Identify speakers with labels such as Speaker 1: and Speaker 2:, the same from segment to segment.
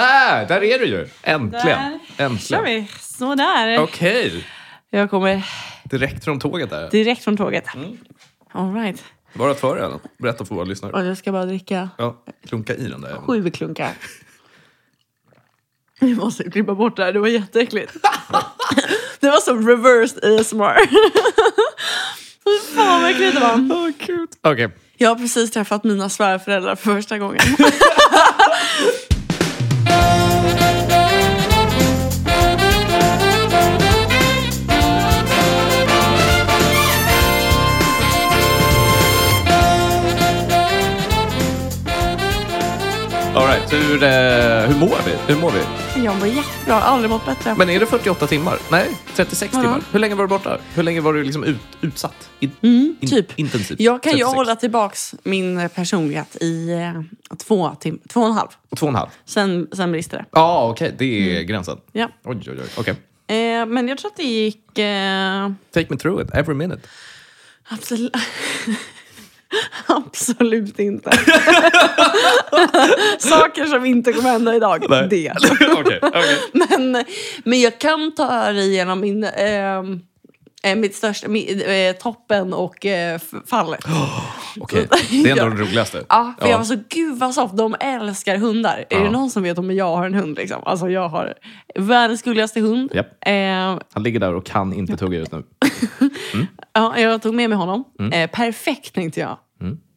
Speaker 1: Där! Där är du ju! Äntligen!
Speaker 2: Där kör
Speaker 1: Äntligen.
Speaker 2: vi. Sådär.
Speaker 1: Okej!
Speaker 2: Jag kommer
Speaker 1: Direkt från tåget där.
Speaker 2: direkt från tåget. All right.
Speaker 1: Bara för den. Berätta för våra lyssnare.
Speaker 2: Och jag ska bara dricka
Speaker 1: Ja, klunka i den där.
Speaker 2: sju klunkar. Vi måste klippa bort det här, det var jätteäckligt. det var som reversed ASMR. Fy fan vad äckligt det var.
Speaker 1: Oh, cute. Okej.
Speaker 2: Jag har precis träffat mina svärföräldrar för första gången.
Speaker 1: All right. Hur, eh, hur mår vi? Hur mår vi?
Speaker 2: Jag mår jättebra, aldrig mått bättre.
Speaker 1: Men är det 48 timmar? Nej, 36
Speaker 2: Ja.
Speaker 1: timmar. Hur länge var du borta? Hur länge var du liksom ut, utsatt? In, in,
Speaker 2: typ.
Speaker 1: Intensivt.
Speaker 2: Jag kan ju
Speaker 1: 36.
Speaker 2: hålla tillbaks min personlighet i eh, två, tim- två och en halv.
Speaker 1: Två och en halv?
Speaker 2: Sen, sen brister det.
Speaker 1: Ja, okej. Det är
Speaker 2: Mm.
Speaker 1: gränsen.
Speaker 2: Ja.
Speaker 1: Oj, oj, oj. Okej.
Speaker 2: Eh, men jag tror att det gick... Eh,
Speaker 1: Take me through it, every minute.
Speaker 2: absolut, absolut inte. Saker som inte kommer hända idag.
Speaker 1: Nej.
Speaker 2: Det.
Speaker 1: Okej, okej.
Speaker 2: Men, men jag kan ta er igenom min, eh, eh, mitt största, mi, eh, toppen och eh, f- fallet.
Speaker 1: Okej, Det är ändå den roligaste.
Speaker 2: Ja, för jag var så, gud vad soft, de älskar hundar. Är det någon som vet om jag har en hund? Liksom? Alltså jag har världens gulligaste hund.
Speaker 1: Japp.
Speaker 2: Eh,
Speaker 1: Han ligger där och kan inte tugga ut nu.
Speaker 2: ja, jag tog med mig honom. Eh, perfekt tänkte jag. Eh,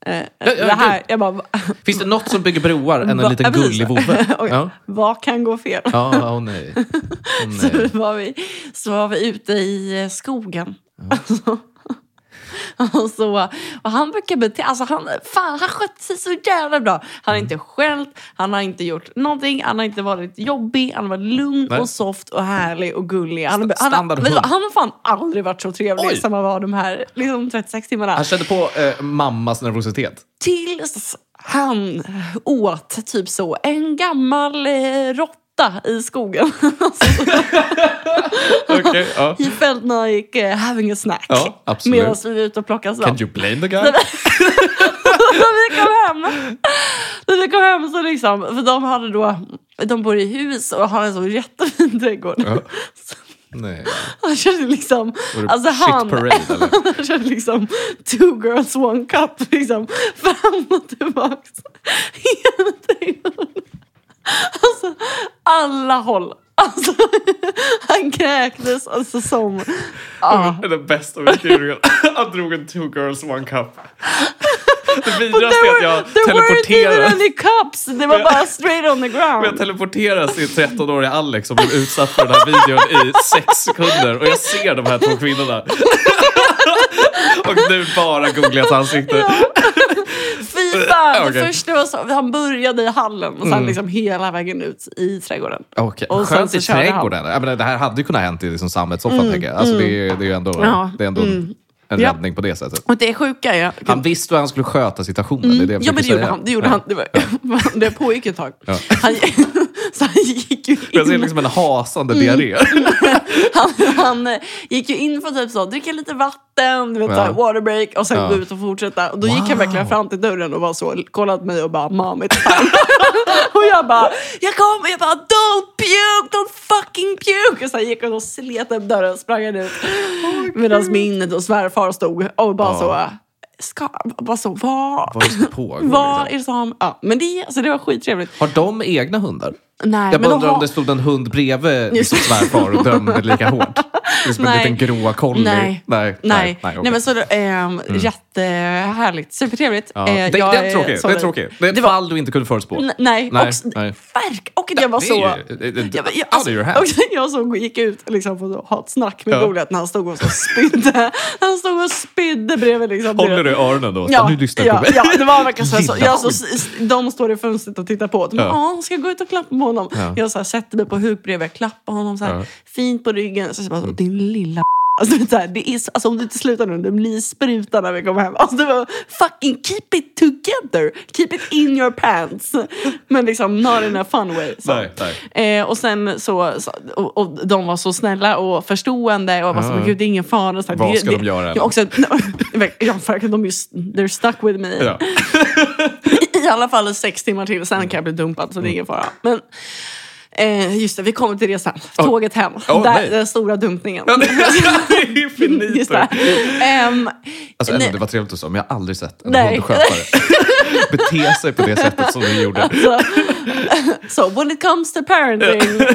Speaker 1: Mm. ja,
Speaker 2: det här, jag bara,
Speaker 1: Finns det något som bygger broar än
Speaker 2: Va-
Speaker 1: en
Speaker 2: ja,
Speaker 1: liten
Speaker 2: precis.
Speaker 1: gullig vovve?
Speaker 2: Oj,
Speaker 1: Ja,
Speaker 2: vad kan gå fel?
Speaker 1: ja åh nej. Åh,
Speaker 2: Så
Speaker 1: nej.
Speaker 2: var vi, så var vi ute i eh, skogen. Och, så, och han brukar bete alltså han, fan, han skötte sig så jävla bra. Han har
Speaker 1: Mm.
Speaker 2: inte skällt, han har inte gjort någonting, han har inte varit jobbig, han har varit lugn
Speaker 1: Nej.
Speaker 2: och soft och härlig och gullig. Han, han, han,
Speaker 1: standardhund.
Speaker 2: vet du vad, han har fan aldrig varit så trevlig
Speaker 1: Oj.
Speaker 2: som han var de här liksom, 36 timmarna.
Speaker 1: Han kände på eh, mammas nervositet.
Speaker 2: Tills han åt typ så en gammal eh, råtta i skogen. Alltså,
Speaker 1: Okej, ja.
Speaker 2: He felt like uh, having a snack.
Speaker 1: Ja, absolut.
Speaker 2: Medan vi var ute och plockade svamp.
Speaker 1: Can you blame the guy?
Speaker 2: när vi kom hem. När vi kom hem så liksom, för de hade då, de bor i hus och har en så jättefin trädgård.
Speaker 1: Ja. Nej.
Speaker 2: Han körde liksom,
Speaker 1: Var det
Speaker 2: alltså
Speaker 1: shit
Speaker 2: han,
Speaker 1: parade, eller?
Speaker 2: han körde liksom two girls one cup liksom fram och tillbaks. Hela trädgården. Alltså alla håll. Alltså, han kräktes alltså som... Ja.
Speaker 1: Det bästa med skuringen. Han drog en two girls one cup. Det
Speaker 2: There
Speaker 1: vidraste är att
Speaker 2: were-
Speaker 1: jag
Speaker 2: there weren't even
Speaker 1: teleporteras.
Speaker 2: any cups! Det var bara straight on the
Speaker 1: Jag
Speaker 2: ground.
Speaker 1: teleporteras till 13-åriga Alex som blev utsatt för den här videon i sex sekunder och jag ser de här två kvinnorna. Och nu bara googlas ansikte.
Speaker 2: Fy fan! Det
Speaker 1: Okej. Mm.
Speaker 2: första var så, han började i hallen och sen liksom hela vägen ut i trädgården.
Speaker 1: Okej,
Speaker 2: Och sen
Speaker 1: skönt
Speaker 2: så
Speaker 1: i
Speaker 2: körde han. Mm.
Speaker 1: trädgården. Jag menar, det här hade ju kunnat hänt i liksom sammetssoffan, tänker jag. Alltså, det, är- det är ju ändå,
Speaker 2: Ja, Mm.
Speaker 1: det är ändå en
Speaker 2: Ja.
Speaker 1: räddning på det sättet.
Speaker 2: Och det sjuka är...
Speaker 1: Han visste hur han skulle sköta situationen. Det är det jag
Speaker 2: Mm. ja men det
Speaker 1: försöker
Speaker 2: gjorde
Speaker 1: säga.
Speaker 2: han. Det, gjorde
Speaker 1: Ja.
Speaker 2: han. det, var, det pågick ett tag.
Speaker 1: Ja.
Speaker 2: Han, så han gick ju Mm.
Speaker 1: Jag ser
Speaker 2: in,
Speaker 1: liksom en hasande diarré.
Speaker 2: han, han eh, gick ju in för typ så, dricka lite vatten, du vet,
Speaker 1: Ja.
Speaker 2: ja. water break och sen
Speaker 1: Ja.
Speaker 2: gå ut och fortsätta. Och då gick han verkligen
Speaker 1: Wow.
Speaker 2: fram till dörren och var så, kollade på mig och bara mom it's time. och jag bara, jag kommer, jag bara don't puke, don't fucking puke. Och sen gick han och slet upp dörren och sprang ut. Medan min då svärfar stod och bara
Speaker 1: Ja.
Speaker 2: så, eh, ska, bara så, vad?
Speaker 1: Vad är det som pågår?
Speaker 2: Vad är
Speaker 1: liksom?
Speaker 2: det som... Ja, men det, alltså det var skittrevligt.
Speaker 1: Har de egna hundar?
Speaker 2: Nej,
Speaker 1: Jag
Speaker 2: men
Speaker 1: bara
Speaker 2: de
Speaker 1: undrar om
Speaker 2: har-
Speaker 1: det stod en hund bredvid liksom svärfar och dömde lika hårt. Liksom en
Speaker 2: Nej.
Speaker 1: liten grå collie.
Speaker 2: Nej.
Speaker 1: Nej.
Speaker 2: Nej, nej,
Speaker 1: okej. Mm.
Speaker 2: men så ehm, jättehärligt. Supertrevligt.
Speaker 1: ja.
Speaker 2: Eh,
Speaker 1: det,
Speaker 2: jag
Speaker 1: det är tråkigt. Det
Speaker 2: sorry.
Speaker 1: är tråkigt. Det är ett
Speaker 2: Det var-
Speaker 1: fall du inte kunde förutspå.
Speaker 2: N- Nej,
Speaker 1: Nej,
Speaker 2: och, s-
Speaker 1: nej.
Speaker 2: verk. Och att jag var
Speaker 1: Det
Speaker 2: så...
Speaker 1: är ju- det- det-
Speaker 2: Jag, jag,
Speaker 1: out of
Speaker 2: alltså,
Speaker 1: your
Speaker 2: och
Speaker 1: hands.
Speaker 2: sen jag som gick ut liksom, på att ha ett snack med
Speaker 1: Ja.
Speaker 2: Goliat när han stod och så spydde. han stod och spydde bredvid. Liksom,
Speaker 1: Håller
Speaker 2: bredvid.
Speaker 1: du i öronen då?
Speaker 2: Ja,
Speaker 1: nu lyssnar jag
Speaker 2: ja,
Speaker 1: på mig.
Speaker 2: ja, det var verkligen så. så,
Speaker 1: Lilla
Speaker 2: jag, så s- de står i fönstret och tittar på. De bara,
Speaker 1: Ja.
Speaker 2: ja. ska jag gå ut och klappa på honom?
Speaker 1: Ja.
Speaker 2: Jag så här, sätter mig på huk bredvid, klappar honom så här,
Speaker 1: Ja. Mm.
Speaker 2: fint på ryggen. Så, så bara, så, din lilla Alltså, du vet, så här, det är så, alltså, om du inte slutar nu, det blir spruta när vi kommer hem. Alltså, det var fucking keep it together! Keep it in your pants! Men liksom not in a fun way. Så.
Speaker 1: Nej, nej.
Speaker 2: Eh, och sen så, så och, och de var så snälla och förstående och jag bara så,
Speaker 1: Ja.
Speaker 2: men gud det är ingen fara. Så här,
Speaker 1: Vad
Speaker 2: det,
Speaker 1: ska
Speaker 2: det,
Speaker 1: de göra?
Speaker 2: Jag också, jag, fucking, de är, ju- they're stuck with me.
Speaker 1: Ja.
Speaker 2: I alla fall i sex timmar till, sen kan jag bli dumpad så det är ingen fara. Men, Eh, just det, vi kommer till det sen.
Speaker 1: Oh.
Speaker 2: Tåget hem.
Speaker 1: Oh,
Speaker 2: Där,
Speaker 1: nej.
Speaker 2: den stora dumpningen.
Speaker 1: Ja, det är ju
Speaker 2: Just
Speaker 1: finito.
Speaker 2: det. Ehm,
Speaker 1: Alltså, ändå,
Speaker 2: Nej.
Speaker 1: det var trevligt och så, men jag har aldrig sett en
Speaker 2: Nej.
Speaker 1: hundskötare bete sig på det sättet som du gjorde.
Speaker 2: så, so when it comes to parenting,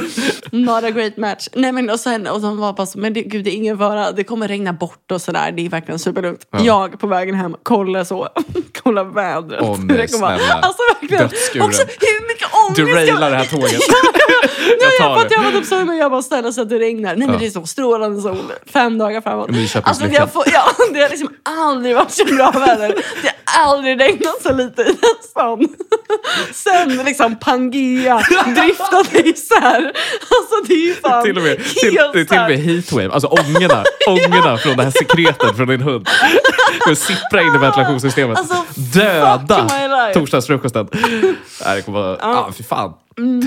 Speaker 2: not a great match. Nej men och sen, och sen var bara så, men det, gud det är ingen fara, det kommer regna bort och sådär, det är verkligen superlugnt.
Speaker 1: Ja.
Speaker 2: Jag på vägen hem, kolla så, kolla vädret.
Speaker 1: Åh, nej,
Speaker 2: Det kommer-
Speaker 1: snälla.
Speaker 2: Alltså verkligen.
Speaker 1: Dödsskuren.
Speaker 2: Också hur mycket ångest
Speaker 1: Du
Speaker 2: jag-
Speaker 1: railar det här tåget.
Speaker 2: Ja,
Speaker 1: Jag
Speaker 2: jag,
Speaker 1: tar
Speaker 2: för att
Speaker 1: det.
Speaker 2: jag var typ så men jag bara snälla så att det regnar. Nej men
Speaker 1: Ja.
Speaker 2: det är så strålande sol fem dagar framåt.
Speaker 1: Nyköpingslyckan.
Speaker 2: Alltså jag får, ja, det har liksom aldrig varit så bra väder. Det har aldrig regnat så lite i en sån. Sen liksom Pangea driftade isär. Alltså det är ju fan
Speaker 1: Till och med,
Speaker 2: helt
Speaker 1: till, det är till och med
Speaker 2: stört.
Speaker 1: heatwave, alltså ångorna, ångorna från det här sekretet från din hund. Kommer sippra in i ventilationssystemet.
Speaker 2: Alltså,
Speaker 1: Döda
Speaker 2: fuck my life.
Speaker 1: torsdagsfrukosten. Nej, det kommer vara... Ah, fy fan.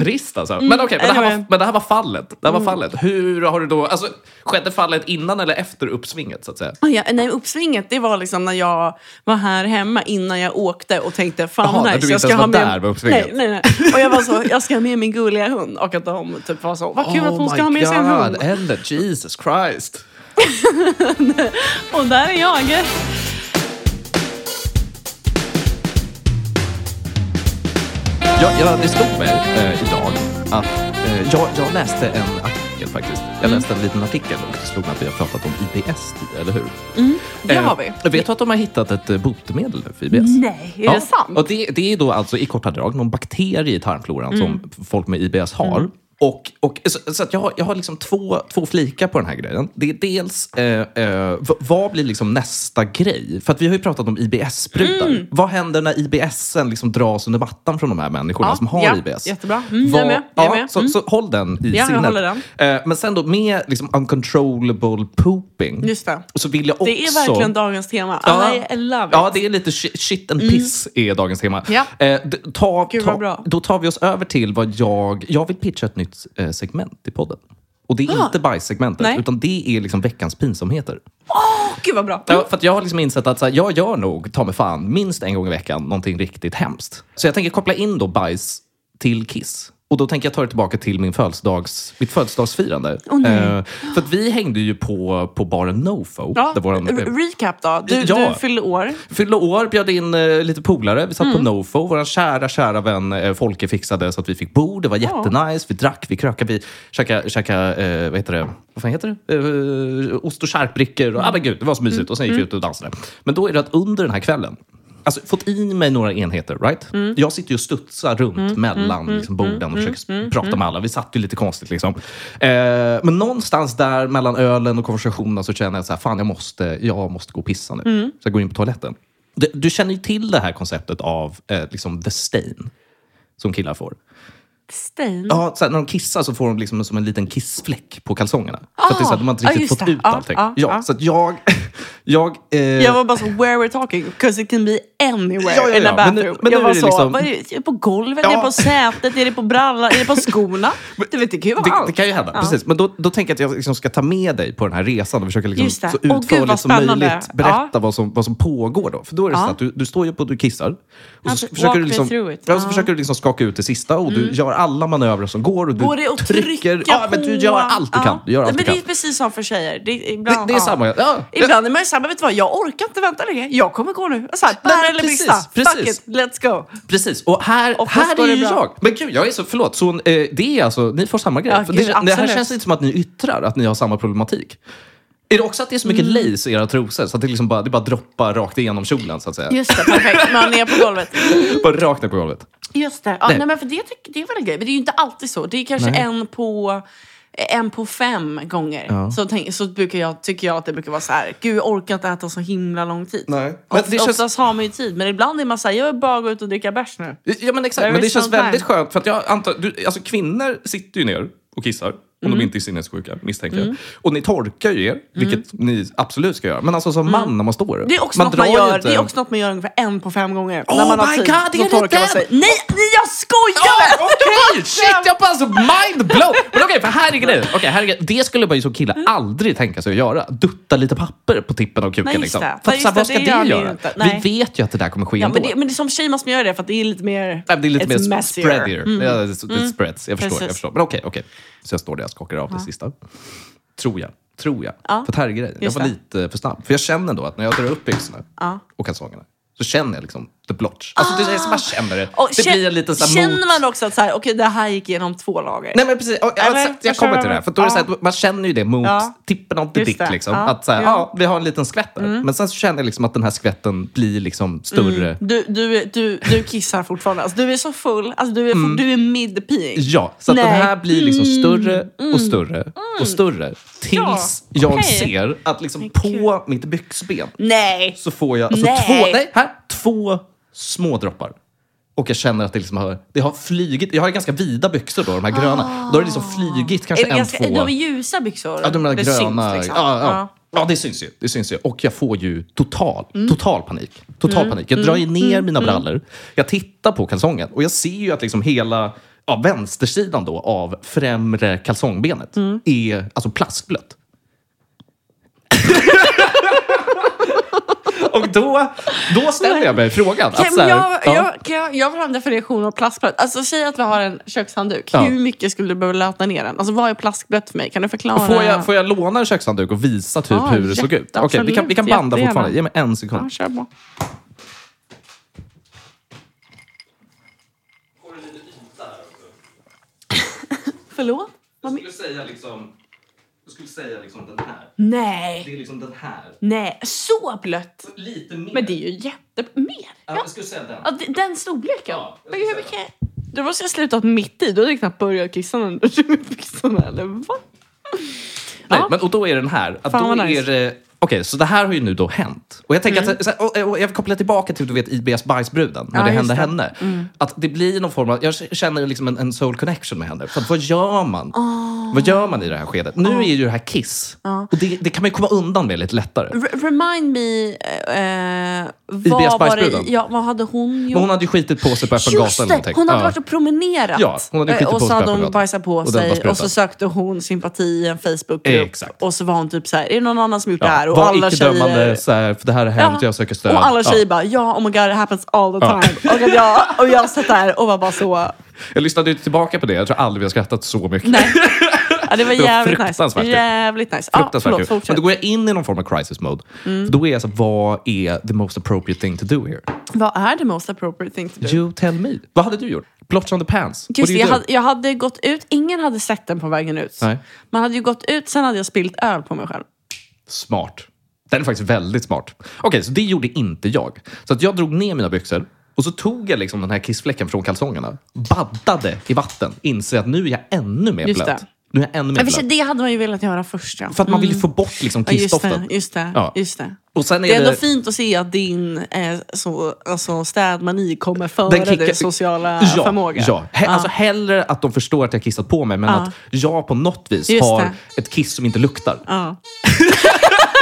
Speaker 1: Trist alltså. Men okej, men, det här
Speaker 2: Mm. Anyway. Mm.
Speaker 1: var- men det här var fallet. Det här var fallet. Hur har du då... Alltså, skedde fallet innan eller efter uppsvinget så att säga?
Speaker 2: Ja, nej, uppsvinget det var liksom när jag var här hemma innan jag åkte och tänkte fan
Speaker 1: Jaha,
Speaker 2: vad
Speaker 1: när
Speaker 2: nice,
Speaker 1: du
Speaker 2: jag
Speaker 1: inte
Speaker 2: ska
Speaker 1: ens
Speaker 2: ha
Speaker 1: var
Speaker 2: med...
Speaker 1: där på uppsvinget.
Speaker 2: Nej, nej, nej. Och jag var så, jag ska ha med min gulliga hund. Och att de typ var så, vad kul
Speaker 1: Oh
Speaker 2: att hon ska ha med sig en hund.
Speaker 1: Eller Jesus Christ.
Speaker 2: Och där är jag.
Speaker 1: Jag, jag, det slog mig eh, idag att eh, jag, jag läste en artikel faktiskt. Jag
Speaker 2: Mm.
Speaker 1: läste en liten artikel och det slog mig att vi har pratat om IBS tidigare, eller hur?
Speaker 2: Mm, Det
Speaker 1: Eh,
Speaker 2: har vi.
Speaker 1: Vet du att de har hittat ett eh, botemedel nu för IBS?
Speaker 2: Nej, är det sant?
Speaker 1: Och det, det är då alltså i korta drag någon bakterie i tarmfloran
Speaker 2: Mm.
Speaker 1: som folk med IBS har. Och, och, så så att jag, har- jag har liksom två, två flikar på den här grejen. Det är dels, eh, eh, v- vad blir liksom nästa grej? För att vi har ju pratat om IBS-sprutor.
Speaker 2: Mm.
Speaker 1: Vad händer när IBS-en liksom dras under mattan från de här människorna
Speaker 2: Ja,
Speaker 1: som har
Speaker 2: ja,
Speaker 1: IBS?
Speaker 2: jättebra. Mm, jag
Speaker 1: Vad-
Speaker 2: är med, jag är
Speaker 1: ja,
Speaker 2: med. Mm.
Speaker 1: Så, så håll den i
Speaker 2: jag
Speaker 1: sinnet.
Speaker 2: håller den.
Speaker 1: Eh, men sen då med liksom uncontrollable pooping.
Speaker 2: Just det.
Speaker 1: Så vill jag också...
Speaker 2: Det är verkligen dagens tema. Alla är I love it. Mm.
Speaker 1: Ja, det är lite shi- shit and piss är dagens tema.
Speaker 2: Ja.
Speaker 1: Eh, d- ta,
Speaker 2: Gud, vad
Speaker 1: ta,
Speaker 2: bra.
Speaker 1: då tar vi oss över till vad jag... Jag vill pitcha ett nytt eh, segment i podden. Och det är
Speaker 2: Ah.
Speaker 1: inte bajssegmentet,
Speaker 2: Nej.
Speaker 1: utan det är liksom veckans pinsamheter.
Speaker 2: Åh, Gud vad bra.
Speaker 1: Ja, för att jag har liksom insett att så här, jag gör nog, ta mig fan, minst en gång i veckan någonting riktigt hemskt. Så jag tänker koppla in då bajs till kiss. Och då tänker jag ta det tillbaka till min födelsedags, mitt födelsedagsfirande.
Speaker 2: Åh, nej.
Speaker 1: Eh, för att vi hängde ju på, på baren Nofo.
Speaker 2: Ja,
Speaker 1: där våran-
Speaker 2: re- recap då. Du,
Speaker 1: Ja.
Speaker 2: du fyllde år.
Speaker 1: Fyllde år, bjöd in eh, lite polare. Vi satt på Nofo. Vår kära, kära vän eh, Folke fixade så att vi fick bord. Det var jättenice. Vi drack, vi krökade, vi käkade, käkade eh, vad heter det? Vad fan heter det? Eh, ost och charkbrickor. Och, ah, men gud, det var så mysigt. Och sen gick vi ut och dansade. Men då är det att under den här kvällen Alltså, fått i mig några enheter, right?
Speaker 2: Mm.
Speaker 1: Jag sitter ju och studsar runt mellan liksom, borden och försöker
Speaker 2: Mm.
Speaker 1: prata med alla. Vi satt ju lite konstigt liksom. Eh, men någonstans där mellan ölen och konversationen så känner jag så här, fan jag måste, jag måste gå och pissa nu.
Speaker 2: Mm.
Speaker 1: Så jag går in på toaletten. Du, du känner ju till det här konceptet av eh, liksom, the stain som killar får.
Speaker 2: Stein.
Speaker 1: Ja, så här, när de kissar så får de liksom som en liten kissfläck på kalsongerna. För att det är så här, de har inte
Speaker 2: Ah,
Speaker 1: riktigt
Speaker 2: just
Speaker 1: fått
Speaker 2: det.
Speaker 1: ut
Speaker 2: Ja,
Speaker 1: allting.
Speaker 2: ja,
Speaker 1: ja,
Speaker 2: ja.
Speaker 1: Så att jag... jag, eh,
Speaker 2: Jag var bara så, where we're talking, because it can be anywhere
Speaker 1: Ja, ja,
Speaker 2: in
Speaker 1: ja.
Speaker 2: a
Speaker 1: Men nu-
Speaker 2: bathroom.
Speaker 1: men
Speaker 2: jag
Speaker 1: nu
Speaker 2: var
Speaker 1: är det
Speaker 2: så,
Speaker 1: liksom-
Speaker 2: vad är det, är det på golvet,
Speaker 1: Ja.
Speaker 2: är det på sätet, är det på brallan, är det på skorna? Du vet, det kan ju vara
Speaker 1: det,
Speaker 2: allt.
Speaker 1: det kan ju hända.
Speaker 2: Ja.
Speaker 1: Precis. Men då, då tänker jag att jag liksom ska ta med dig på den här resan och försöka
Speaker 2: Just det.
Speaker 1: liksom så
Speaker 2: Åh, gud,
Speaker 1: utförligt
Speaker 2: vad
Speaker 1: som möjligt
Speaker 2: spännande.
Speaker 1: berätta vad, som, vad som pågår. Då. För då är det
Speaker 2: Ja.
Speaker 1: så att du, du står ju på att du kissar. Och så
Speaker 2: Alltså,
Speaker 1: försöker du,
Speaker 2: walk me
Speaker 1: liksom,
Speaker 2: through it.
Speaker 1: ja, så
Speaker 2: Ja. Mm.
Speaker 1: försöker du liksom skaka ut det sista och du gör alla manövrer som går. Och du
Speaker 2: Går det att trycka
Speaker 1: ja, men Du gör allt du
Speaker 2: Ja.
Speaker 1: kan. Du gör
Speaker 2: Nej,
Speaker 1: allt du
Speaker 2: men
Speaker 1: kan.
Speaker 2: Det är precis som för tjejer. Det, är-
Speaker 1: Det,
Speaker 2: ibland,
Speaker 1: det är
Speaker 2: ja.
Speaker 1: samma. Ja.
Speaker 2: Ibland är man ju såhär, vet du vad, jag orkar inte vänta längre. Jag kommer gå nu. Så här, bär eller
Speaker 1: precis,
Speaker 2: brista. Fuck
Speaker 1: precis.
Speaker 2: it, let's go.
Speaker 1: Precis, och här,
Speaker 2: Oftast
Speaker 1: här
Speaker 2: går
Speaker 1: är
Speaker 2: det
Speaker 1: ju
Speaker 2: bra.
Speaker 1: jag. Men gud, jag är så, förlåt, så, eh, det är alltså, ni får samma grej.
Speaker 2: Ja,
Speaker 1: För
Speaker 2: gud,
Speaker 1: det, det här
Speaker 2: absolut.
Speaker 1: känns inte som att ni yttrar att ni har samma problematik. Är det också att det är så mycket
Speaker 2: Mm.
Speaker 1: lace i era trosor så att det, liksom bara, det bara droppar rakt igenom kjolen så att säga?
Speaker 2: Just det, perfekt. Man är på golvet.
Speaker 1: Bara rakt ner på golvet.
Speaker 2: Just det. Ja,
Speaker 1: Nej.
Speaker 2: nej. men för det, tycker- det är väl en grej. Men det är ju inte alltid så. Det är kanske
Speaker 1: Nej.
Speaker 2: en på... En på fem gånger så, tänk, så brukar jag, tycker jag att det brukar vara så här. Gud, jag orkar inte äta så himla lång tid.
Speaker 1: Nej. Men
Speaker 2: Men
Speaker 1: det känns-
Speaker 2: Oftast har man ju tid, men ibland är man så här, jag vill bara gå ut och dricka bärs nu.
Speaker 1: Ja men exakt,
Speaker 2: There
Speaker 1: men det
Speaker 2: is
Speaker 1: känns
Speaker 2: no time.
Speaker 1: väldigt skönt för att jag antar, du, alltså kvinnor sitter ju ner och kissar om
Speaker 2: Mm.
Speaker 1: de inte är sinnessjuka misstänker jag. Och ni torkar ju er, vilket ni absolut ska göra. Men alltså som man när man står
Speaker 2: Mm. Det är, också något
Speaker 1: drar
Speaker 2: man
Speaker 1: ju
Speaker 2: gör,
Speaker 1: inte-
Speaker 2: det är också något man gör ungefär en på fem gånger.
Speaker 1: Oh
Speaker 2: när man har
Speaker 1: my
Speaker 2: tid,
Speaker 1: God,
Speaker 2: så
Speaker 1: är det
Speaker 2: torkar man
Speaker 1: den?
Speaker 2: sig. Nej, nej, jag skojade!
Speaker 1: Ja, Okej, shit! Jag bara så mind blown! Men okej, Nej, för här är grejen. Okej, här är grejen. Det skulle man ju som kille
Speaker 2: Mm.
Speaker 1: aldrig tänka sig att göra. Dutta lite papper på tippen av kuken.
Speaker 2: Nej, just
Speaker 1: liksom.
Speaker 2: det.
Speaker 1: För att,
Speaker 2: Nej, just
Speaker 1: så här,
Speaker 2: det.
Speaker 1: vad ska
Speaker 2: Det
Speaker 1: det,
Speaker 2: gör ni ju
Speaker 1: göra?
Speaker 2: inte. Nej.
Speaker 1: Vi vet ju att det där kommer ske
Speaker 2: Ja,
Speaker 1: ändå.
Speaker 2: men, det, men det är som tjej måste man göra det för att det är lite mer...
Speaker 1: Nej, men det är lite mer
Speaker 2: It's messier. Mm.
Speaker 1: spreadier. Ja, det, det spreads. Jag förstår,
Speaker 2: Precis.
Speaker 1: jag förstår. Men okej, okej. Så jag står där och skakar av det sista. Tror jag. Tror jag.
Speaker 2: Ja.
Speaker 1: För att här är grejen. Jag
Speaker 2: Just
Speaker 1: var
Speaker 2: det.
Speaker 1: lite för snabb. För jag känner ändå att när jag drar upp byxorna
Speaker 2: Ja. Ah.
Speaker 1: och kalsongerna så känner jag liksom the blotch. Alltså, det, jag bara känner det.
Speaker 2: Och
Speaker 1: det
Speaker 2: kän-
Speaker 1: blir en liten så här mot-
Speaker 2: Känner man också att så här, okej, det här gick igenom två lager?
Speaker 1: Nej men precis, Och- ja,
Speaker 2: Eller?
Speaker 1: exakt, jag
Speaker 2: Förstår
Speaker 1: kommer
Speaker 2: du
Speaker 1: till
Speaker 2: vad
Speaker 1: det här. För då är det så
Speaker 2: jag-
Speaker 1: här, man känner ju det mot
Speaker 2: Ja.
Speaker 1: tippen av the
Speaker 2: Just
Speaker 1: dick.
Speaker 2: det.
Speaker 1: Liksom.
Speaker 2: Ja.
Speaker 1: Att så här,
Speaker 2: Ja. Mm.
Speaker 1: ja. vi har en liten skvätt där. Men sen så känner jag liksom att den här skvätten blir liksom större.
Speaker 2: Du, du, du, du kissar fortfarande. Alltså, du är så full. Alltså, du, är, for- du är mid-peak.
Speaker 1: Mm. Ja, så att
Speaker 2: Nej. Mm.
Speaker 1: den här blir liksom större och större och större. Tills
Speaker 2: Ja,
Speaker 1: jag
Speaker 2: okej.
Speaker 1: ser att liksom på mitt byxben
Speaker 2: Nej!
Speaker 1: så får jag alltså
Speaker 2: Nej.
Speaker 1: Två, nej, här, två små droppar. Och jag känner att det liksom har, det har flygit. Jag har ganska vida byxor då, de här gröna. Då har det liksom flygit kanske
Speaker 2: Ah. Är det
Speaker 1: en,
Speaker 2: ganska,
Speaker 1: två.
Speaker 2: de är ljusa byxor.
Speaker 1: Ja, de där
Speaker 2: Det
Speaker 1: gröna.
Speaker 2: syns liksom.
Speaker 1: ja, ja.
Speaker 2: Ja. Mm.
Speaker 1: Ja. det syns ju. Det syns ju. Och jag får ju total, total panik. Total panik. Jag drar ju ner mina brallor. Jag tittar på kalsongen och jag ser ju att liksom hela ja, vänstersidan då av främre kalsongbenet
Speaker 2: Mm.
Speaker 1: är alltså plaskblött. och då, då ställer jag mig frågan. att
Speaker 2: Kan,
Speaker 1: så här,
Speaker 2: jag,
Speaker 1: ja.
Speaker 2: jag, kan jag, jag vill ha en definition av plastblött. Alltså, säg att vi har en kökshandduk.
Speaker 1: Ja.
Speaker 2: Hur mycket skulle du behöva löta ner den? Alltså, vad är plastblött för mig? Kan du förklara?
Speaker 1: Får jag, får jag låna en kökshandduk och visa typ
Speaker 2: Ja,
Speaker 1: hur det såg ut?
Speaker 2: jätte-
Speaker 1: Okej, vi, kan, vi kan
Speaker 2: absolut,
Speaker 1: banda fortfarande.
Speaker 2: jättegärna.
Speaker 1: Ge mig en sekund.
Speaker 2: Ja, kör på. Förlåt? Vad men-
Speaker 1: skulle säga liksom... Jag skulle säga liksom den här.
Speaker 2: Nej,
Speaker 1: Det är liksom den här.
Speaker 2: nej, så blött!
Speaker 1: Lite mer.
Speaker 2: Men det är ju jätte... Mer! Ja.
Speaker 1: Jag skulle säga den.
Speaker 2: Ja, det- den storleken?
Speaker 1: Ja, jag
Speaker 2: men
Speaker 1: skulle
Speaker 2: hur
Speaker 1: säga
Speaker 2: mycket? Du måste ha slutat mitt i. Du hade knappt börjat kissa när du drog ut byxorna, eller vad?
Speaker 1: Nej,
Speaker 2: Ja.
Speaker 1: men, och då är den här. Att
Speaker 2: Fan,
Speaker 1: då
Speaker 2: vad
Speaker 1: är
Speaker 2: nice. Mm.
Speaker 1: det... Okej, så det här har ju nu då hänt. Och jag tänker att, så här, och, och jag vill koppla tillbaka till du vet IBS Bajsbruden, när
Speaker 2: Ja,
Speaker 1: det
Speaker 2: just
Speaker 1: hände
Speaker 2: det. Mm.
Speaker 1: henne. Att det blir någon form av, jag känner liksom en, en soul connection med henne. För att vad gör man?
Speaker 2: Ah.
Speaker 1: Vad gör man i det här skedet? Nu är ju det här Kiss. Och det, det kan man ju komma undan med lite lättare.
Speaker 2: R- remind me... eh, eh,
Speaker 1: Bea
Speaker 2: vad, var det,
Speaker 1: Spice-bruden?
Speaker 2: ja, vad hade hon gjort?
Speaker 1: Men hon hade ju skitit på sig på öppen
Speaker 2: Just
Speaker 1: gata eller
Speaker 2: det!
Speaker 1: någonting.
Speaker 2: Hon hade
Speaker 1: Ja.
Speaker 2: varit och promenerat.
Speaker 1: Ja, hon hade
Speaker 2: Eh,
Speaker 1: skitit på
Speaker 2: och så
Speaker 1: sig på
Speaker 2: hade
Speaker 1: öppen
Speaker 2: hon
Speaker 1: gata.
Speaker 2: bajsat på
Speaker 1: Och den var
Speaker 2: sig
Speaker 1: sprutad.
Speaker 2: och så sökte hon sympati i en Facebookgrupp.
Speaker 1: Exakt.
Speaker 2: Och så var hon typ så här, är det någon annan som gjort det här? Och
Speaker 1: var
Speaker 2: alla
Speaker 1: icke-dömande,
Speaker 2: tjejer...
Speaker 1: så här, för det här har hänt, jag söker stöd.
Speaker 2: Och alla
Speaker 1: Ja.
Speaker 2: tjejer bara, ja, oh my god, it happens all the
Speaker 1: Ja.
Speaker 2: time. Och, att jag, och jag satt där och var bara så...
Speaker 1: Jag lyssnade ju tillbaka på det, jag tror aldrig vi har skrattat så mycket.
Speaker 2: Nej. Ja, det var
Speaker 1: Det var
Speaker 2: jävligt nice.
Speaker 1: fruktansvärt kul.
Speaker 2: Jävligt nice.
Speaker 1: Fruktansvärt
Speaker 2: ja,
Speaker 1: kul.
Speaker 2: förlåt, fortsätt.
Speaker 1: Men
Speaker 2: Mm.
Speaker 1: då går jag in i någon form av crisis mode. För Då är jag så här, vad är the most appropriate thing to do here?
Speaker 2: Vad är the most appropriate thing to do?
Speaker 1: You tell me. Vad hade du gjort? Blotch on the pants? What
Speaker 2: Just
Speaker 1: do
Speaker 2: det,
Speaker 1: you
Speaker 2: jag,
Speaker 1: do?
Speaker 2: hade, jag hade gått ut, ingen hade sett den på vägen ut.
Speaker 1: Nej.
Speaker 2: Man hade ju gått ut, sen hade jag spillt öl på mig själv.
Speaker 1: Smart. Den är faktiskt väldigt smart. Okej, så det gjorde inte jag. Så att jag drog ner mina byxor och så tog jag liksom den här kissfläcken från kalsongerna, baddade i vatten, inser att nu är jag ännu mer
Speaker 2: Just det.
Speaker 1: blöt. Nu är jag ännu mer
Speaker 2: Men för sig,
Speaker 1: blöt.
Speaker 2: det hade man ju velat göra först. Ja.
Speaker 1: För att man vill ju få bort liksom
Speaker 2: Ja, just det,
Speaker 1: kissdoften.
Speaker 2: just det,
Speaker 1: Ja.
Speaker 2: just det.
Speaker 1: Och sen är
Speaker 2: Det är ändå
Speaker 1: det-
Speaker 2: fint att se att din eh, så, alltså, städmani kommer före
Speaker 1: Den kickar-
Speaker 2: din sociala
Speaker 1: ja,
Speaker 2: förmåga.
Speaker 1: Ja. He- Alltså hellre att de förstår att jag kissat på mig, men att jag på något vis
Speaker 2: Just
Speaker 1: har
Speaker 2: det.
Speaker 1: ett kiss som inte luktar.
Speaker 2: Ja.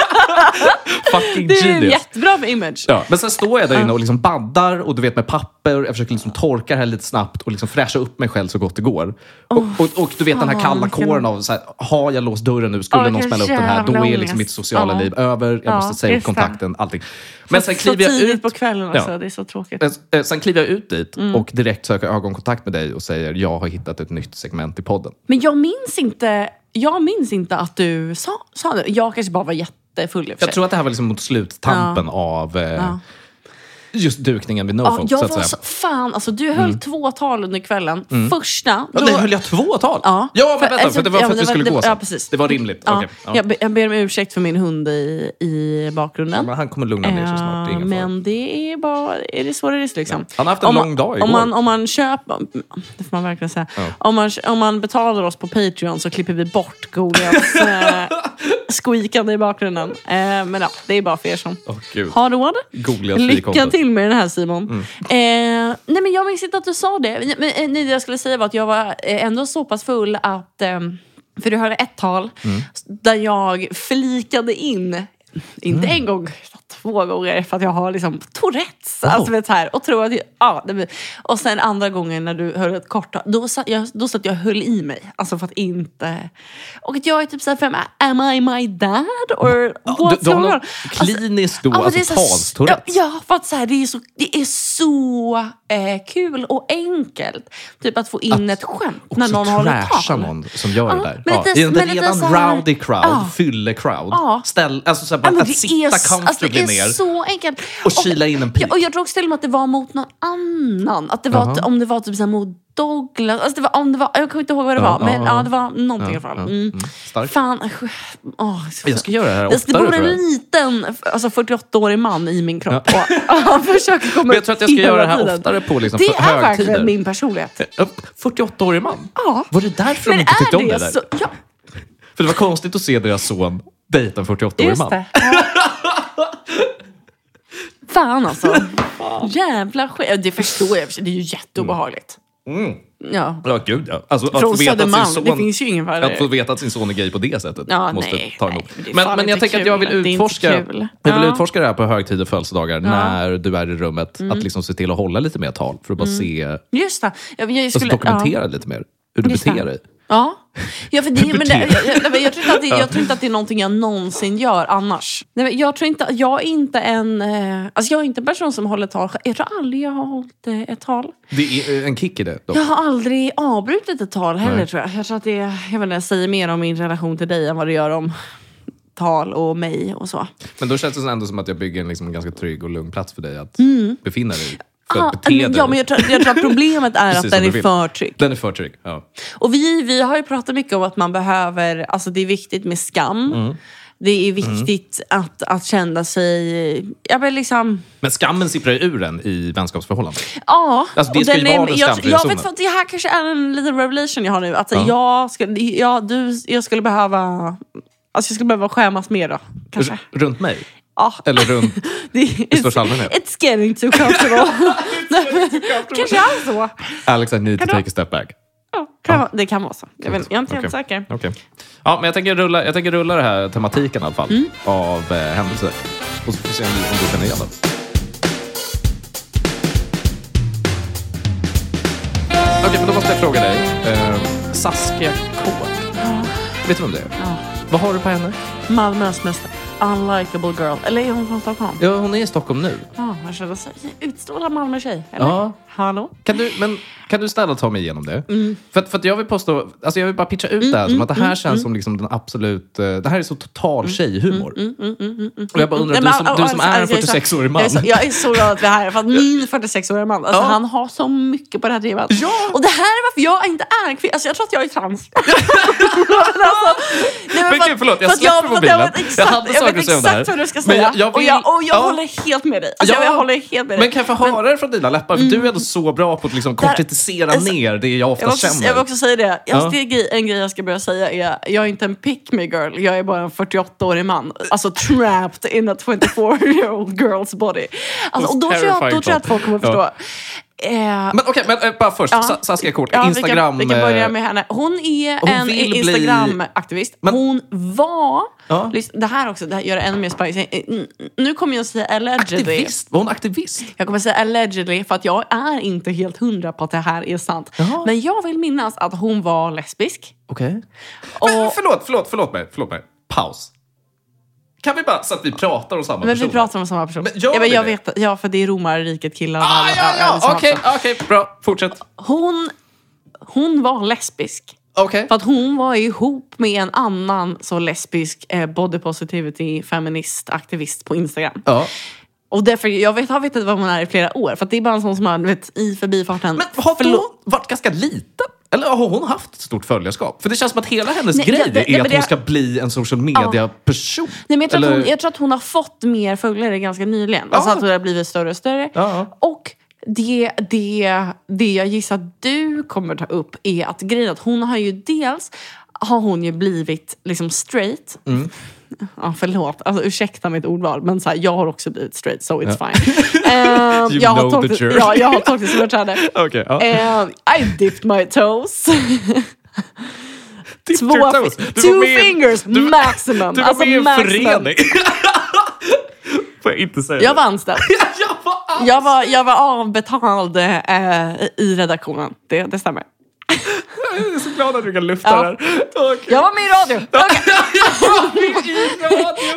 Speaker 1: Fucking
Speaker 2: Det är ju
Speaker 1: genius.
Speaker 2: jättebra med image.
Speaker 1: Ja, men sen står jag där inne och liksom baddar och du vet med papper. Jag försöker liksom torka det här lite snabbt och liksom fräscha upp mig själv så gott det går. Och, och, och du vet den här kalla
Speaker 2: fan, vilken-
Speaker 1: kåren av så här, har jag låst dörren nu, skulle
Speaker 2: Ja,
Speaker 1: någon
Speaker 2: vilken
Speaker 1: smälla upp den här, då
Speaker 2: jävla
Speaker 1: är
Speaker 2: ångest.
Speaker 1: liksom mitt sociala
Speaker 2: Ja.
Speaker 1: liv över. Jag
Speaker 2: Ja,
Speaker 1: måste säga upp
Speaker 2: just det.
Speaker 1: kontakten, allting. Men sen
Speaker 2: Så
Speaker 1: kliver jag
Speaker 2: tidigt
Speaker 1: ut.
Speaker 2: på kvällen alltså,
Speaker 1: Ja.
Speaker 2: det är så tråkigt.
Speaker 1: Eh, Sen kliver jag ut dit
Speaker 2: Mm.
Speaker 1: och direkt söker ögonkontakt med dig och säger jag har hittat ett nytt segment i podden.
Speaker 2: Men jag minns inte, jag minns inte att du sa, sa det. Jag kanske bara var jättefull i och för
Speaker 1: Jag
Speaker 2: sig.
Speaker 1: tror att det här var liksom mot sluttampen av eh, just dukningen vid
Speaker 2: Ja,
Speaker 1: Nofo.
Speaker 2: jag
Speaker 1: så att säga.
Speaker 2: var
Speaker 1: Mm.
Speaker 2: så, fan, alltså du höll två tal under kvällen. Första...
Speaker 1: Ja,
Speaker 2: då-
Speaker 1: nej, höll jag två tal?
Speaker 2: Ja.
Speaker 1: ja men
Speaker 2: För-
Speaker 1: vänta,
Speaker 2: alltså,
Speaker 1: för det var
Speaker 2: ja,
Speaker 1: för att du
Speaker 2: men det var-
Speaker 1: skulle
Speaker 2: det-
Speaker 1: gå sen.
Speaker 2: ja, precis.
Speaker 1: Det var rimligt.
Speaker 2: Ja,
Speaker 1: Okej, ja.
Speaker 2: Jag, be, jag ber om ursäkt för min hund i, i bakgrunden.
Speaker 1: Men han kommer lugna ner sig snart. Det är
Speaker 2: Eh,
Speaker 1: ingen fara.
Speaker 2: men det är bara, är det så det är liksom.
Speaker 1: Han har haft en
Speaker 2: om, man-
Speaker 1: lång dag igår.
Speaker 2: Om man, om man köper, det får man verkligen säga. Om, man, om man betalar oss på Patreon så klipper vi bort Goliats eh, squeakande i bakgrunden. Eh, men ja, det är bara för er som
Speaker 1: Åh, gud.
Speaker 2: har råd.
Speaker 1: Goliat
Speaker 2: Lycka
Speaker 1: frikontot.
Speaker 2: till med den här Simon.
Speaker 1: Mm.
Speaker 2: Eh, nej men jag minns inte att du sa det. Men, eh, nej, det jag skulle säga var att jag var eh, ändå så pass full eh,
Speaker 1: Mm.
Speaker 2: att, ehm, för du hörde ett tal där jag flikade in Inte
Speaker 1: Mm.
Speaker 2: en gång, utan två gånger för att jag har liksom Tourettes. Alltså, vet, så här, och tror att jag, ja, det blir- och sen andra gången när du höll ett kort då satt jag, då satt jag och höll i mig. Alltså för att inte... Och att jag är typ så här, fem, am I my dad? Or
Speaker 1: Du,
Speaker 2: what's
Speaker 1: de har
Speaker 2: going on?
Speaker 1: något kliniskt då,
Speaker 2: men
Speaker 1: alltså,
Speaker 2: det är så-
Speaker 1: talstourettes.
Speaker 2: Ja, ja, för att så här, det är så, det är så eh, kul och enkelt. Typ att få in ett skämt när
Speaker 1: Så
Speaker 2: någon håller
Speaker 1: trasha
Speaker 2: tal.
Speaker 1: någon som gör det
Speaker 2: Ja,
Speaker 1: där.
Speaker 2: men
Speaker 1: Ja,
Speaker 2: lite-
Speaker 1: I en
Speaker 2: men lite
Speaker 1: redan
Speaker 2: så här-
Speaker 1: rowdy crowd,
Speaker 2: Ja.
Speaker 1: fylle-crowd.
Speaker 2: Ja.
Speaker 1: Ställ, alltså så här, bara
Speaker 2: Ja, men
Speaker 1: att sitta
Speaker 2: s-
Speaker 1: comfortably
Speaker 2: alltså, det är
Speaker 1: ner.
Speaker 2: så enkelt.
Speaker 1: och kila in en pik.
Speaker 2: Ja, och jag drog till och med att det var mot någon annan. Att det var,
Speaker 1: Jaha.
Speaker 2: Om det var typ så här mot Douglas. Alltså det var, om det var, jag kommer inte ihåg vad det
Speaker 1: Ja,
Speaker 2: var, men
Speaker 1: ja,
Speaker 2: ja, det var någonting i alla fall.
Speaker 1: Ja,
Speaker 2: Mm.
Speaker 1: mm, starkt.
Speaker 2: Fan, usch. Åh, så-
Speaker 1: Jag ska göra det här
Speaker 2: det
Speaker 1: oftare
Speaker 2: bor
Speaker 1: tror
Speaker 2: en
Speaker 1: jag.
Speaker 2: liten alltså 48-årig man i min kropp och han försöker komma
Speaker 1: Men jag tror att jag ska
Speaker 2: hela
Speaker 1: göra det här
Speaker 2: tiden.
Speaker 1: oftare på liksom,
Speaker 2: Det
Speaker 1: för-
Speaker 2: är
Speaker 1: högtider.
Speaker 2: verkligen min personlighet.
Speaker 1: Eh, Upp, 48-årig man?
Speaker 2: Ja.
Speaker 1: Var det därför
Speaker 2: Men
Speaker 1: de inte
Speaker 2: är
Speaker 1: tyckte om det?
Speaker 2: det
Speaker 1: där?
Speaker 2: så... Ja,
Speaker 1: För det var konstigt att se deras son dejta en 48-årig
Speaker 2: just
Speaker 1: man.
Speaker 2: det. Fan alltså. Jävla skit. Det förstår jag i och för sig. Det är ju jätteobehagligt.
Speaker 1: Mm.
Speaker 2: Ja.
Speaker 1: Ja, gud ja. Alltså, att få
Speaker 2: Från
Speaker 1: veta att sin
Speaker 2: Södermalm.
Speaker 1: son-
Speaker 2: Det finns ju ingen värre.
Speaker 1: Att få veta att sin son är gay på det sättet
Speaker 2: Ja,
Speaker 1: måste
Speaker 2: nej,
Speaker 1: ta
Speaker 2: nej,
Speaker 1: emot.
Speaker 2: det är
Speaker 1: men
Speaker 2: fan
Speaker 1: men jag
Speaker 2: inte
Speaker 1: tänker att jag vill
Speaker 2: kul. Det är inte
Speaker 1: utforska
Speaker 2: kul.
Speaker 1: jag vill
Speaker 2: Ja.
Speaker 1: utforska det här på högtider och födelsedagar när du är i rummet.
Speaker 2: Mm.
Speaker 1: Att liksom se till att hålla lite mer tal för att bara se, alltså
Speaker 2: Just det. Jag, jag skulle,
Speaker 1: dokumentera lite mer hur du
Speaker 2: Just
Speaker 1: beter
Speaker 2: det.
Speaker 1: dig.
Speaker 2: Ja. ja för det, men det,
Speaker 1: Beter.
Speaker 2: jag, jag, jag, tror inte att det, jag tror inte att det är någonting jag någonsin gör annars. Nej, men jag tror inte, jag är inte en... eh, Alltså jag är inte en person som håller tal. Jag tror aldrig jag har hållit eh, ett tal.
Speaker 1: Det är eh, en kick i det. Dock.
Speaker 2: Jag har aldrig avbrutit ett tal heller
Speaker 1: Nej.
Speaker 2: tror jag. Jag tror att det jag vet inte, jag säger mer om min relation till dig än vad det gör om tal och mig och så.
Speaker 1: Men då känns det ändå som att jag bygger en liksom ganska trygg och lugn plats för dig att befinna dig i. För
Speaker 2: Mm. Ah,
Speaker 1: att bete dig.
Speaker 2: ja, men jag, tror, jag tror att problemet är
Speaker 1: Precis
Speaker 2: att
Speaker 1: som
Speaker 2: den
Speaker 1: du
Speaker 2: är
Speaker 1: vill.
Speaker 2: för trygg.
Speaker 1: Den är för trygg. Ja.
Speaker 2: Och vi, vi har ju pratat mycket om att man behöver, alltså det är viktigt med skam.
Speaker 1: Mm.
Speaker 2: Det är viktigt att, att känna sig, ja men liksom,
Speaker 1: Men skammen sipprar ju ur en i vänskapsförhållanden.
Speaker 2: ja.
Speaker 1: Alltså, det
Speaker 2: Och
Speaker 1: ska ju vara den
Speaker 2: jag,
Speaker 1: skamfria
Speaker 2: jag
Speaker 1: zonen.
Speaker 2: vet inte, det här kanske är en liten revelation jag har nu. Att
Speaker 1: Ja.
Speaker 2: jag, skulle, jag, du, jag skulle behöva, alltså jag skulle behöva skämas mer då. Kanske.
Speaker 1: R- runt mig?
Speaker 2: Ja.
Speaker 1: Eller runt...
Speaker 2: Det, I
Speaker 1: största allmänhet.
Speaker 2: It's getting too comfortable. kanske är så.
Speaker 1: Alex, I need to
Speaker 2: Kan du-
Speaker 1: take a step back.
Speaker 2: Ja, kan, vara- Det kan vara så. Jag, vet, jag är inte helt
Speaker 1: Okej.
Speaker 2: säker.
Speaker 1: Okej. Ja, men jag tänker, rulla, jag tänker rulla den här tematiken i alla fall,
Speaker 2: Mm.
Speaker 1: av eh, händelser. Och så får vi se om du, om du känner igen den. Okej, men då måste jag fråga dig. Eh, Saskia K. Vet du vem det är?
Speaker 2: Ja.
Speaker 1: Vad har du på henne?
Speaker 2: Malmös mest unlikable girl. Eller är hon från Stockholm?
Speaker 1: Ja, hon är i Stockholm nu.
Speaker 2: Ja, jag känner sig utstrålad Malmö-tjej. Eller?
Speaker 1: Ja.
Speaker 2: Hallå?
Speaker 1: Kan du, men, kan du snälla ta mig igenom det?
Speaker 2: Mm.
Speaker 1: För, att- för att jag vill påstå, alltså jag vill bara pitcha ut det här som att det här
Speaker 2: mm.
Speaker 1: känns som liksom den absolut, eh, det här är så total tjejhumor.
Speaker 2: mm,
Speaker 1: Och jag bara undrar,
Speaker 2: Nej, men,
Speaker 1: du som, du som
Speaker 2: alltså,
Speaker 1: är en
Speaker 2: alltså, jag så-
Speaker 1: 46-årig man.
Speaker 2: Jag är, så, jag är så glad att vi är här. För att min 46-åriga man, alltså,
Speaker 1: Ja.
Speaker 2: han har så mycket på det här temat.
Speaker 1: Ja.
Speaker 2: Och det här är varför jag inte är en kvinna. Alltså, jag tror att jag är trans. Men alltså,
Speaker 1: Men
Speaker 2: nej, för
Speaker 1: gud,
Speaker 2: att-
Speaker 1: förlåt, jag
Speaker 2: för att
Speaker 1: släpper
Speaker 2: för att jag
Speaker 1: mobilen.
Speaker 2: vet exakt-
Speaker 1: Jag hade
Speaker 2: Jag
Speaker 1: saker
Speaker 2: vet
Speaker 1: att säga om det här.
Speaker 2: exakt vad du ska
Speaker 1: Men
Speaker 2: säga.
Speaker 1: jag- jag
Speaker 2: Och jag,
Speaker 1: vill-
Speaker 2: och jag
Speaker 1: ja.
Speaker 2: håller helt med dig. Alltså,
Speaker 1: Ja.
Speaker 2: jag, jag håller helt med dig. Mm.
Speaker 1: Men kan jag få höra det från dina läppar? För du är ändå så bra på att liksom konkretisera
Speaker 2: alltså,
Speaker 1: ner det jag ofta
Speaker 2: Jag vill, också,
Speaker 1: känner.
Speaker 2: jag vill också säga det. Jag,
Speaker 1: Ja.
Speaker 2: det är grej- en grej jag ska börja säga är jag är inte en pick me girl. Jag är bara en 48-årig man. Alltså trapped in a 24-year-old girl's body. Alltså, och då tror, jag, då tror jag att folk kommer förstå.
Speaker 1: Ja.
Speaker 2: Eh,
Speaker 1: Men okej, men eh, bara först,
Speaker 2: Ja.
Speaker 1: Sa- Saskia Kort,
Speaker 2: ja,
Speaker 1: Instagram.
Speaker 2: Vi kan, vi kan börja
Speaker 1: eh,
Speaker 2: med henne. Hon är
Speaker 1: Hon
Speaker 2: en
Speaker 1: vill bli-
Speaker 2: Instagram-aktivist.
Speaker 1: Men-
Speaker 2: Hon var...
Speaker 1: Ja.
Speaker 2: Lys- Det här också, det här gör det ännu mer spicy. Mm, Nu kommer jag att säga allegedly.
Speaker 1: Aktivist? Var hon aktivist?
Speaker 2: Jag kommer säga allegedly för att jag är inte helt hundra på att det här är sant.
Speaker 1: Jaha.
Speaker 2: Men jag vill minnas att hon var lesbisk.
Speaker 1: Okej.
Speaker 2: Och-
Speaker 1: Men förlåt, förlåt, förlåt mig, förlåt mig. Paus. Kan vi bara, så att vi pratar om samma
Speaker 2: Men
Speaker 1: person?
Speaker 2: vi pratar om samma person.
Speaker 1: Men gör
Speaker 2: ja, men
Speaker 1: vi
Speaker 2: jag
Speaker 1: det?
Speaker 2: vet, ja, för det är romarriket killar. och
Speaker 1: Ah,
Speaker 2: alla-
Speaker 1: ja,
Speaker 2: det är
Speaker 1: ja,
Speaker 2: samma
Speaker 1: okej,
Speaker 2: person.
Speaker 1: okej, bra. Fortsätt.
Speaker 2: Hon, hon var lesbisk.
Speaker 1: Okej.
Speaker 2: För att hon var ihop med en annan så lesbisk eh, body positivity feminist aktivist på Instagram.
Speaker 1: Ja.
Speaker 2: Och därför, jag vet, har vetat vad hon är i flera år. För att det är bara en sån som har du vet, i förbifarten.
Speaker 1: Men har
Speaker 2: Förlåt.
Speaker 1: hon varit ganska liten? Eller har hon haft ett stort följarskap? För det känns som att hela hennes
Speaker 2: Nej,
Speaker 1: grej
Speaker 2: ja, det- ja,
Speaker 1: är
Speaker 2: men
Speaker 1: att
Speaker 2: det-
Speaker 1: hon ska bli en social media-person.
Speaker 2: Nej, men jag, tror att
Speaker 1: Eller-
Speaker 2: hon, jag tror att hon har fått mer följare ganska nyligen. Alltså
Speaker 1: Ja.
Speaker 2: att hon har blivit större och större.
Speaker 1: Ja.
Speaker 2: Och det, det, det jag gissar att du kommer ta upp är att grejen är att hon har ju dels har hon ju blivit liksom straight.
Speaker 1: Mm.
Speaker 2: Ja, förlåt, alltså, ursäkta mitt ordval men så här, jag har också blivit straight so it's fine. Ehm,
Speaker 1: You
Speaker 2: jag,
Speaker 1: know
Speaker 2: har
Speaker 1: the
Speaker 2: tolkat,
Speaker 1: journey.
Speaker 2: ja, jag har tolkningsföreträde.
Speaker 1: Okej, ja.
Speaker 2: Ehm, I dipped my toes.
Speaker 1: Tip
Speaker 2: Två,
Speaker 1: your toes. Du
Speaker 2: two
Speaker 1: var med i-
Speaker 2: fingers
Speaker 1: du-
Speaker 2: maximum. Alltså,
Speaker 1: Du var med i en
Speaker 2: maximum.
Speaker 1: förening. Får jag inte säga
Speaker 2: Jag var anställd.
Speaker 1: jag var Ah,
Speaker 2: Jag var, jag var avbetald eh, i redaktionen. Det, det stämmer.
Speaker 1: Jag är så glad att du kan lufta
Speaker 2: Ja.
Speaker 1: det här. Okej.
Speaker 2: Jag var med i radio!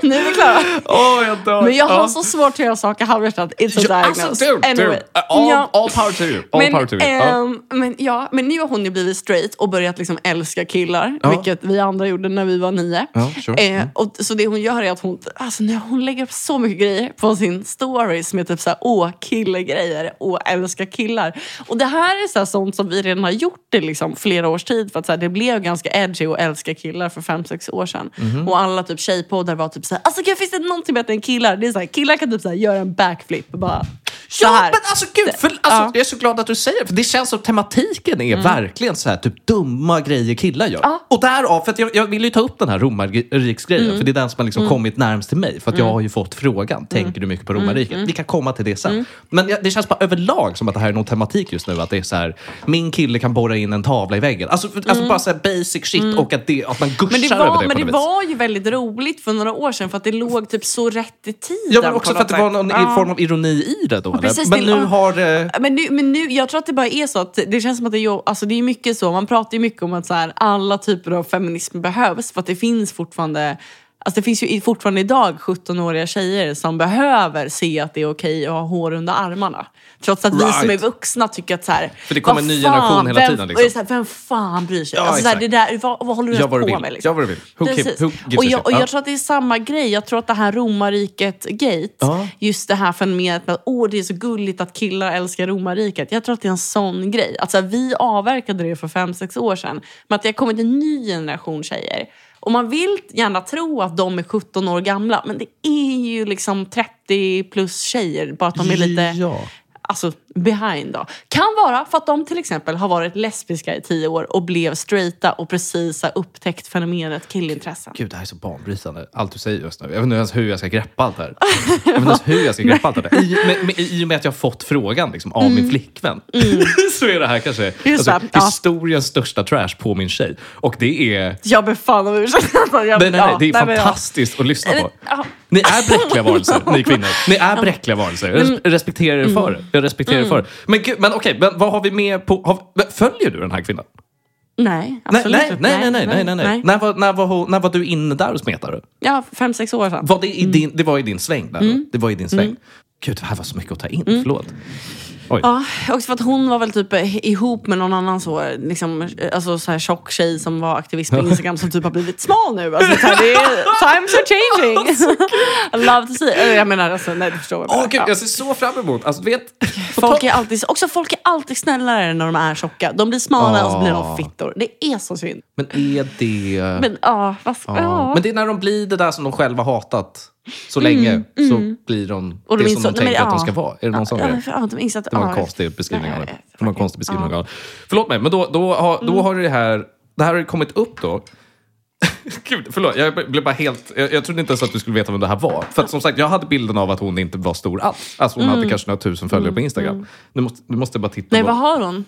Speaker 2: Nu är vi klara.
Speaker 1: Åh, jag dör.
Speaker 2: Men jag har
Speaker 1: Ja.
Speaker 2: så svårt att göra saker halvhjärtat. It's
Speaker 1: Ja,
Speaker 2: a diagnosis.
Speaker 1: Alltså, dude,
Speaker 2: Anyway.
Speaker 1: dude. All,
Speaker 2: Ja.
Speaker 1: all power to you. All
Speaker 2: Men,
Speaker 1: power to you. Ja.
Speaker 2: ehm, men, ja, men nu har hon ju blivit straight och börjat liksom älska killar,
Speaker 1: Ja.
Speaker 2: vilket vi andra gjorde när vi var nio.
Speaker 1: Ja, sure. Mm.
Speaker 2: Eh, och, så det hon gör är att hon, alltså, nu, hon lägger upp så mycket grejer på sin story som är typ såhär, åh killegrejer, åh älska killar. Och det här är såhär, sånt som vi redan har gjort i liksom, flera års tid för att såhär, det blev ganska edgy att älska killar för fem sex år sedan.
Speaker 1: Mhm.
Speaker 2: Och alla typ tjejpoddar var typ såhär, alltså gud, finns det någonting bättre än killar? Det är såhär, killar kan typ såhär, göra en backflip och bara så
Speaker 1: Ja,
Speaker 2: här.
Speaker 1: men alltså gud, för, alltså,
Speaker 2: Ja.
Speaker 1: jag är så glad att du säger det. För det känns som tematiken är verkligen så här, typ dumma grejer killar gör. Och därav, för att jag, jag vill ju ta upp den här romarriksgrejen, för det är den som har liksom kommit närmst till mig. För att jag har ju fått frågan, tänker du mycket på romarriket? Vi kan komma till det sen. Men jag, det känns bara överlag som att det här är någon tematik just nu. Att det är så här, min kille kan borra in en tavla i väggen. Alltså, för, alltså bara så här basic shit och att, Mm. det, att man gushar
Speaker 2: Men det,
Speaker 1: över
Speaker 2: var,
Speaker 1: det
Speaker 2: men
Speaker 1: på
Speaker 2: det
Speaker 1: något vis.
Speaker 2: var ju väldigt roligt för några år sedan för att det låg typ så rätt i tiden.
Speaker 1: Ja, men
Speaker 2: på
Speaker 1: också för
Speaker 2: något
Speaker 1: att det var
Speaker 2: sätt.
Speaker 1: någon
Speaker 2: Ja.
Speaker 1: form av ironi i det då. eller?
Speaker 2: precis,
Speaker 1: men
Speaker 2: det-
Speaker 1: nu
Speaker 2: ja.
Speaker 1: har... Eh,
Speaker 2: Men nu, men nu, jag tror att det bara är så att det känns som att det, är- alltså det är mycket så. Man pratar ju mycket om att så här, alla typer av feminism behövs för att det finns fortfarande Alltså det finns ju i- fortfarande idag 17-åriga tjejer som behöver se att det är okej att ha hår under armarna. Trots att vi
Speaker 1: Right.
Speaker 2: som är vuxna tycker att så här,
Speaker 1: För det kommer en
Speaker 2: "Vad
Speaker 1: ny generation
Speaker 2: fan,
Speaker 1: hela
Speaker 2: vem,
Speaker 1: tiden, liksom."
Speaker 2: och så här, vem fan bryr sig?
Speaker 1: Ja,
Speaker 2: alltså så här, det
Speaker 1: exakt.
Speaker 2: där, vad, vad håller du
Speaker 1: Gör
Speaker 2: ens
Speaker 1: vad du
Speaker 2: på
Speaker 1: vill.
Speaker 2: med? Liksom?
Speaker 1: Gör vad du vill. Who, keep,
Speaker 2: Precis.
Speaker 1: who gives a
Speaker 2: och
Speaker 1: shit?
Speaker 2: jag, och
Speaker 1: Ja.
Speaker 2: jag tror att det är samma grej. Jag tror att det här romarriket-gate,
Speaker 1: Ja.
Speaker 2: just det här fenomenet med att åh, det är så gulligt att killar älskar romarriket. Jag tror att det är en sån grej. Att, så här, vi avverkade det för fem sex år sedan. Men att det har kommit en ny generation tjejer. Och man vill gärna tro att de är 17 år gamla, men det är ju liksom 30 plus tjejer. Bara att de är lite
Speaker 1: Ja.
Speaker 2: alltså, behind då. Kan vara för att de till exempel har varit lesbiska i tio år och blev straighta och precis har upptäckt fenomenet killintressen.
Speaker 1: Gud, det här är så banbrytande. Allt du säger just nu. Jag vet inte ens hur jag ska greppa allt det här. Jag vet inte ens hur jag ska greppa allt det här. I, med, med, I och med att jag har fått frågan liksom, av min flickvän så är det här kanske alltså,
Speaker 2: Mm. det, ja.
Speaker 1: historiens största trash på min tjej. Och det är...
Speaker 2: Jag ber fan om ursäkt. Jag-
Speaker 1: Nej, nej, nej,
Speaker 2: ja,
Speaker 1: det är
Speaker 2: nej, men ja.
Speaker 1: fantastiskt att lyssna på.
Speaker 2: Ja.
Speaker 1: Ni är bräckliga varelser, ni kvinnor. Ni är bräckliga varelser.
Speaker 2: Mm.
Speaker 1: Jag res- respekterar er för det. Jag respekterar er för det. Men, gud, men okej, men vad har vi med på... Har, men följer du den här kvinnan?
Speaker 2: Nej,
Speaker 1: Nej,
Speaker 2: absolut
Speaker 1: nej,
Speaker 2: inte.
Speaker 1: nej, nej, nej, nej, nej, nej. När var, när var, hon- när var du inne där och smetade?
Speaker 2: Ja, fem, sex år sedan.
Speaker 1: Var det, i din, det var i din sväng där. då? Det var i din sväng. Gud, det här var så mycket att ta in. Förlåt. Oj.
Speaker 2: Ja, också för att hon var väl typ eh, ihop med någon annan så, liksom, eh, alltså, så här tjock tjej som var aktivist på Instagram som typ har blivit smal nu. Alltså, så här, det är, times are changing! I love to see. Eller, Jag menar, alltså, nej, du förstår vad jag
Speaker 1: Åh,
Speaker 2: menar.
Speaker 1: gud,
Speaker 2: Ja.
Speaker 1: jag ser så fram emot... Alltså, du vet, på
Speaker 2: Folk
Speaker 1: tal-
Speaker 2: är alltid, också folk är alltid snällare när de är tjocka. De blir smala och så blir
Speaker 1: Ah.
Speaker 2: de fittor. Det är så synd.
Speaker 1: Men är det...
Speaker 2: Men ja, vad ska- ja.
Speaker 1: Ja. Men det är när de blir det där som de själva hatat så länge så blir Mm, de
Speaker 2: Och de
Speaker 1: det
Speaker 2: är
Speaker 1: som
Speaker 2: så-
Speaker 1: de
Speaker 2: nej, men
Speaker 1: tänker att de
Speaker 2: ja.
Speaker 1: ska vara. Är det någon sån
Speaker 2: ja,
Speaker 1: grej?
Speaker 2: men för- ja, de inser att,
Speaker 1: Det var en
Speaker 2: ja,
Speaker 1: konstig beskrivning av det.
Speaker 2: Nej, Mm.
Speaker 1: Det var en konstig beskrivning av det. Förlåt mig, men då, då, har, då har det här... Det här har ju kommit upp då. Gud, förlåt. Jag blev bara helt... Jag, jag trodde inte ens att du skulle veta vem det här var. För att som sagt, jag hade bilden av att hon inte var stor alls. Alltså hon hade kanske några tusen följare på Instagram. Du, måste, du måste bara titta
Speaker 2: Mm. Nej,
Speaker 1: på...
Speaker 2: vad har hon?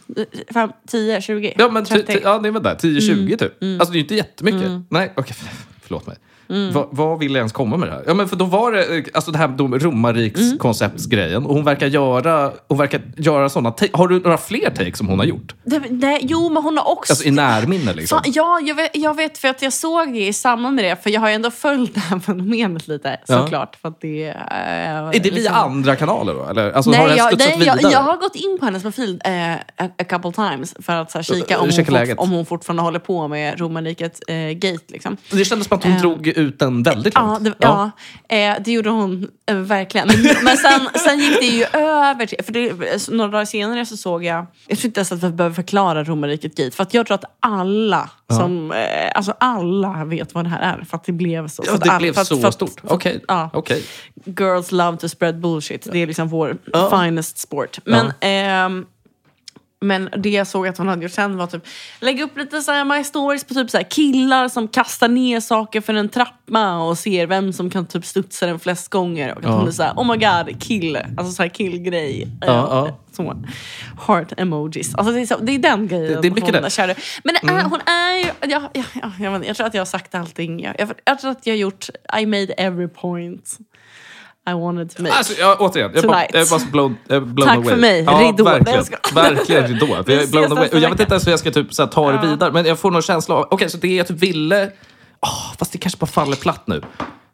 Speaker 2: Fem, 10, 20,
Speaker 1: Ja, men ty,
Speaker 2: 30?
Speaker 1: ty, ja, det är väl där. 10-20
Speaker 2: Mm.
Speaker 1: typ. Alltså det är ju inte jättemycket. Nej, okej. Förlåt mig.
Speaker 2: Mm.
Speaker 1: Va, vad vill jag ens komma med det här? Ja, men för då var det eh, alltså det här dom-
Speaker 2: Mm.
Speaker 1: romarrikskonceptsgrejen. Och hon verkar göra, hon verkar göra sådana take. Har du några fler takes som hon har gjort?
Speaker 2: Det- nej, jo, men hon har också...
Speaker 1: Alltså i närminne liksom.
Speaker 2: Fan, ja, jag vet, jag vet för att jag såg det i samband med det. För jag har ju ändå följt det här fenomenet lite
Speaker 1: Ja.
Speaker 2: såklart. För att det, är
Speaker 1: är det via andra kanaler då? Eller? Alltså, har
Speaker 2: Liksom. Nej,
Speaker 1: det
Speaker 2: jag,
Speaker 1: studsat
Speaker 2: nej
Speaker 1: vidare?
Speaker 2: jag, jag har gått in på hennes profil eh, a, a couple times för att så här, kika om,
Speaker 1: Eh, Checka
Speaker 2: hon
Speaker 1: läget.
Speaker 2: fort, om hon fortfarande håller på med romarriket eh, gate. Liksom.
Speaker 1: Det kändes som att hon
Speaker 2: Eh.
Speaker 1: drog ut den väldigt
Speaker 2: Ja,
Speaker 1: långt.
Speaker 2: det, ja. Eh, det gjorde hon eh, verkligen. Men, men sen, sen gick det ju över till... För det, några dagar senare så såg jag... Jag tror inte ens att vi behöver förklara romarriket gate. För att jag tror att alla som... Eh, alltså alla vet vad det här är. För att det blev så.
Speaker 1: Ja,
Speaker 2: för att
Speaker 1: det
Speaker 2: all-
Speaker 1: blev
Speaker 2: för att- för
Speaker 1: så
Speaker 2: att-
Speaker 1: stort.
Speaker 2: för att-
Speaker 1: Okej.
Speaker 2: ja.
Speaker 1: Okej.
Speaker 2: Girls love to spread bullshit. Det är liksom vår finest sport. Men, ehm, men det jag såg att hon hade gjort sen var typ lägga upp lite så här my stories på typ så här killar som kastar ner saker för en trappa och ser vem som kan typ studsa den flest gånger. Och att hon är så här oh my god kill, alltså så här killgrej. Eh,
Speaker 1: ja.
Speaker 2: Så. Heart emojis. Alltså det, är så, det är den grejen
Speaker 1: Det- det är mycket
Speaker 2: hon
Speaker 1: det. Mm.
Speaker 2: körde. Men det är, hon är ju... Jag, jag, jag, jag, vet inte, jag tror att jag har sagt allting. Jag, jag, jag tror att jag har gjort I made every point. I wanted to make.
Speaker 1: Alltså, jag, återigen, jag, bara,
Speaker 2: Tonight.
Speaker 1: jag bara blown, eh, blown
Speaker 2: Tack
Speaker 1: away.
Speaker 2: för mig.
Speaker 1: Ja,
Speaker 2: Ridå. Nej, jag
Speaker 1: Verkligen,
Speaker 2: skojar.
Speaker 1: verkligen ridå. Jag,
Speaker 2: Vi
Speaker 1: är
Speaker 2: ses
Speaker 1: blown
Speaker 2: nästa
Speaker 1: away. Och jag vet
Speaker 2: vecka.
Speaker 1: inte ens hur jag ska typ, så här, ta det vidare, men jag får någon känsla av... Okej, så det jag typ ville... Ah, fast det kanske bara faller platt nu.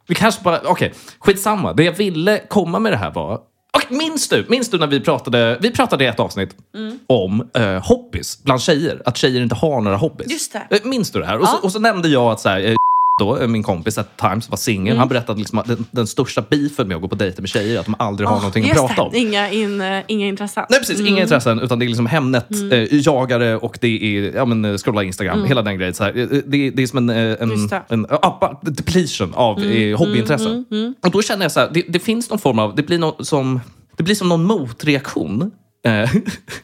Speaker 1: Vi kanske bara... Okej, skitsamma. Det jag ville komma med det här var... Okej, minns, du, minns du när vi pratade, vi pratade i ett avsnitt
Speaker 2: Mm.
Speaker 1: om eh, hobbies bland tjejer? Att tjejer inte har några hobbies.
Speaker 2: Just det.
Speaker 1: Eh, Minns du det här? Och, så,
Speaker 2: Ja.
Speaker 1: och så nämnde jag att så här, eh, då, eh, min kompis at times var singel.
Speaker 2: Mm.
Speaker 1: Han berättade liksom att den, den största beefen med att gå på dejter med tjejer är att de aldrig har någonting att
Speaker 2: Ah, Just
Speaker 1: prata om.
Speaker 2: det. Mm. Inga, in, eh, inga intressen.
Speaker 1: Nej precis, inga intressen utan det är liksom Hemnet,
Speaker 2: Mm.
Speaker 1: eh, jagare och det är ja, men, eh, scrolla Instagram, hela den grejen. Så här. Eh, eh, Det, det är som en, eh, en,
Speaker 2: Just det.
Speaker 1: en eh, appa- depletion av mm. hobbyintressen. Och då känner jag så här, det, det finns någon form av, det blir, någon, som, det blir som någon motreaktion. Eh,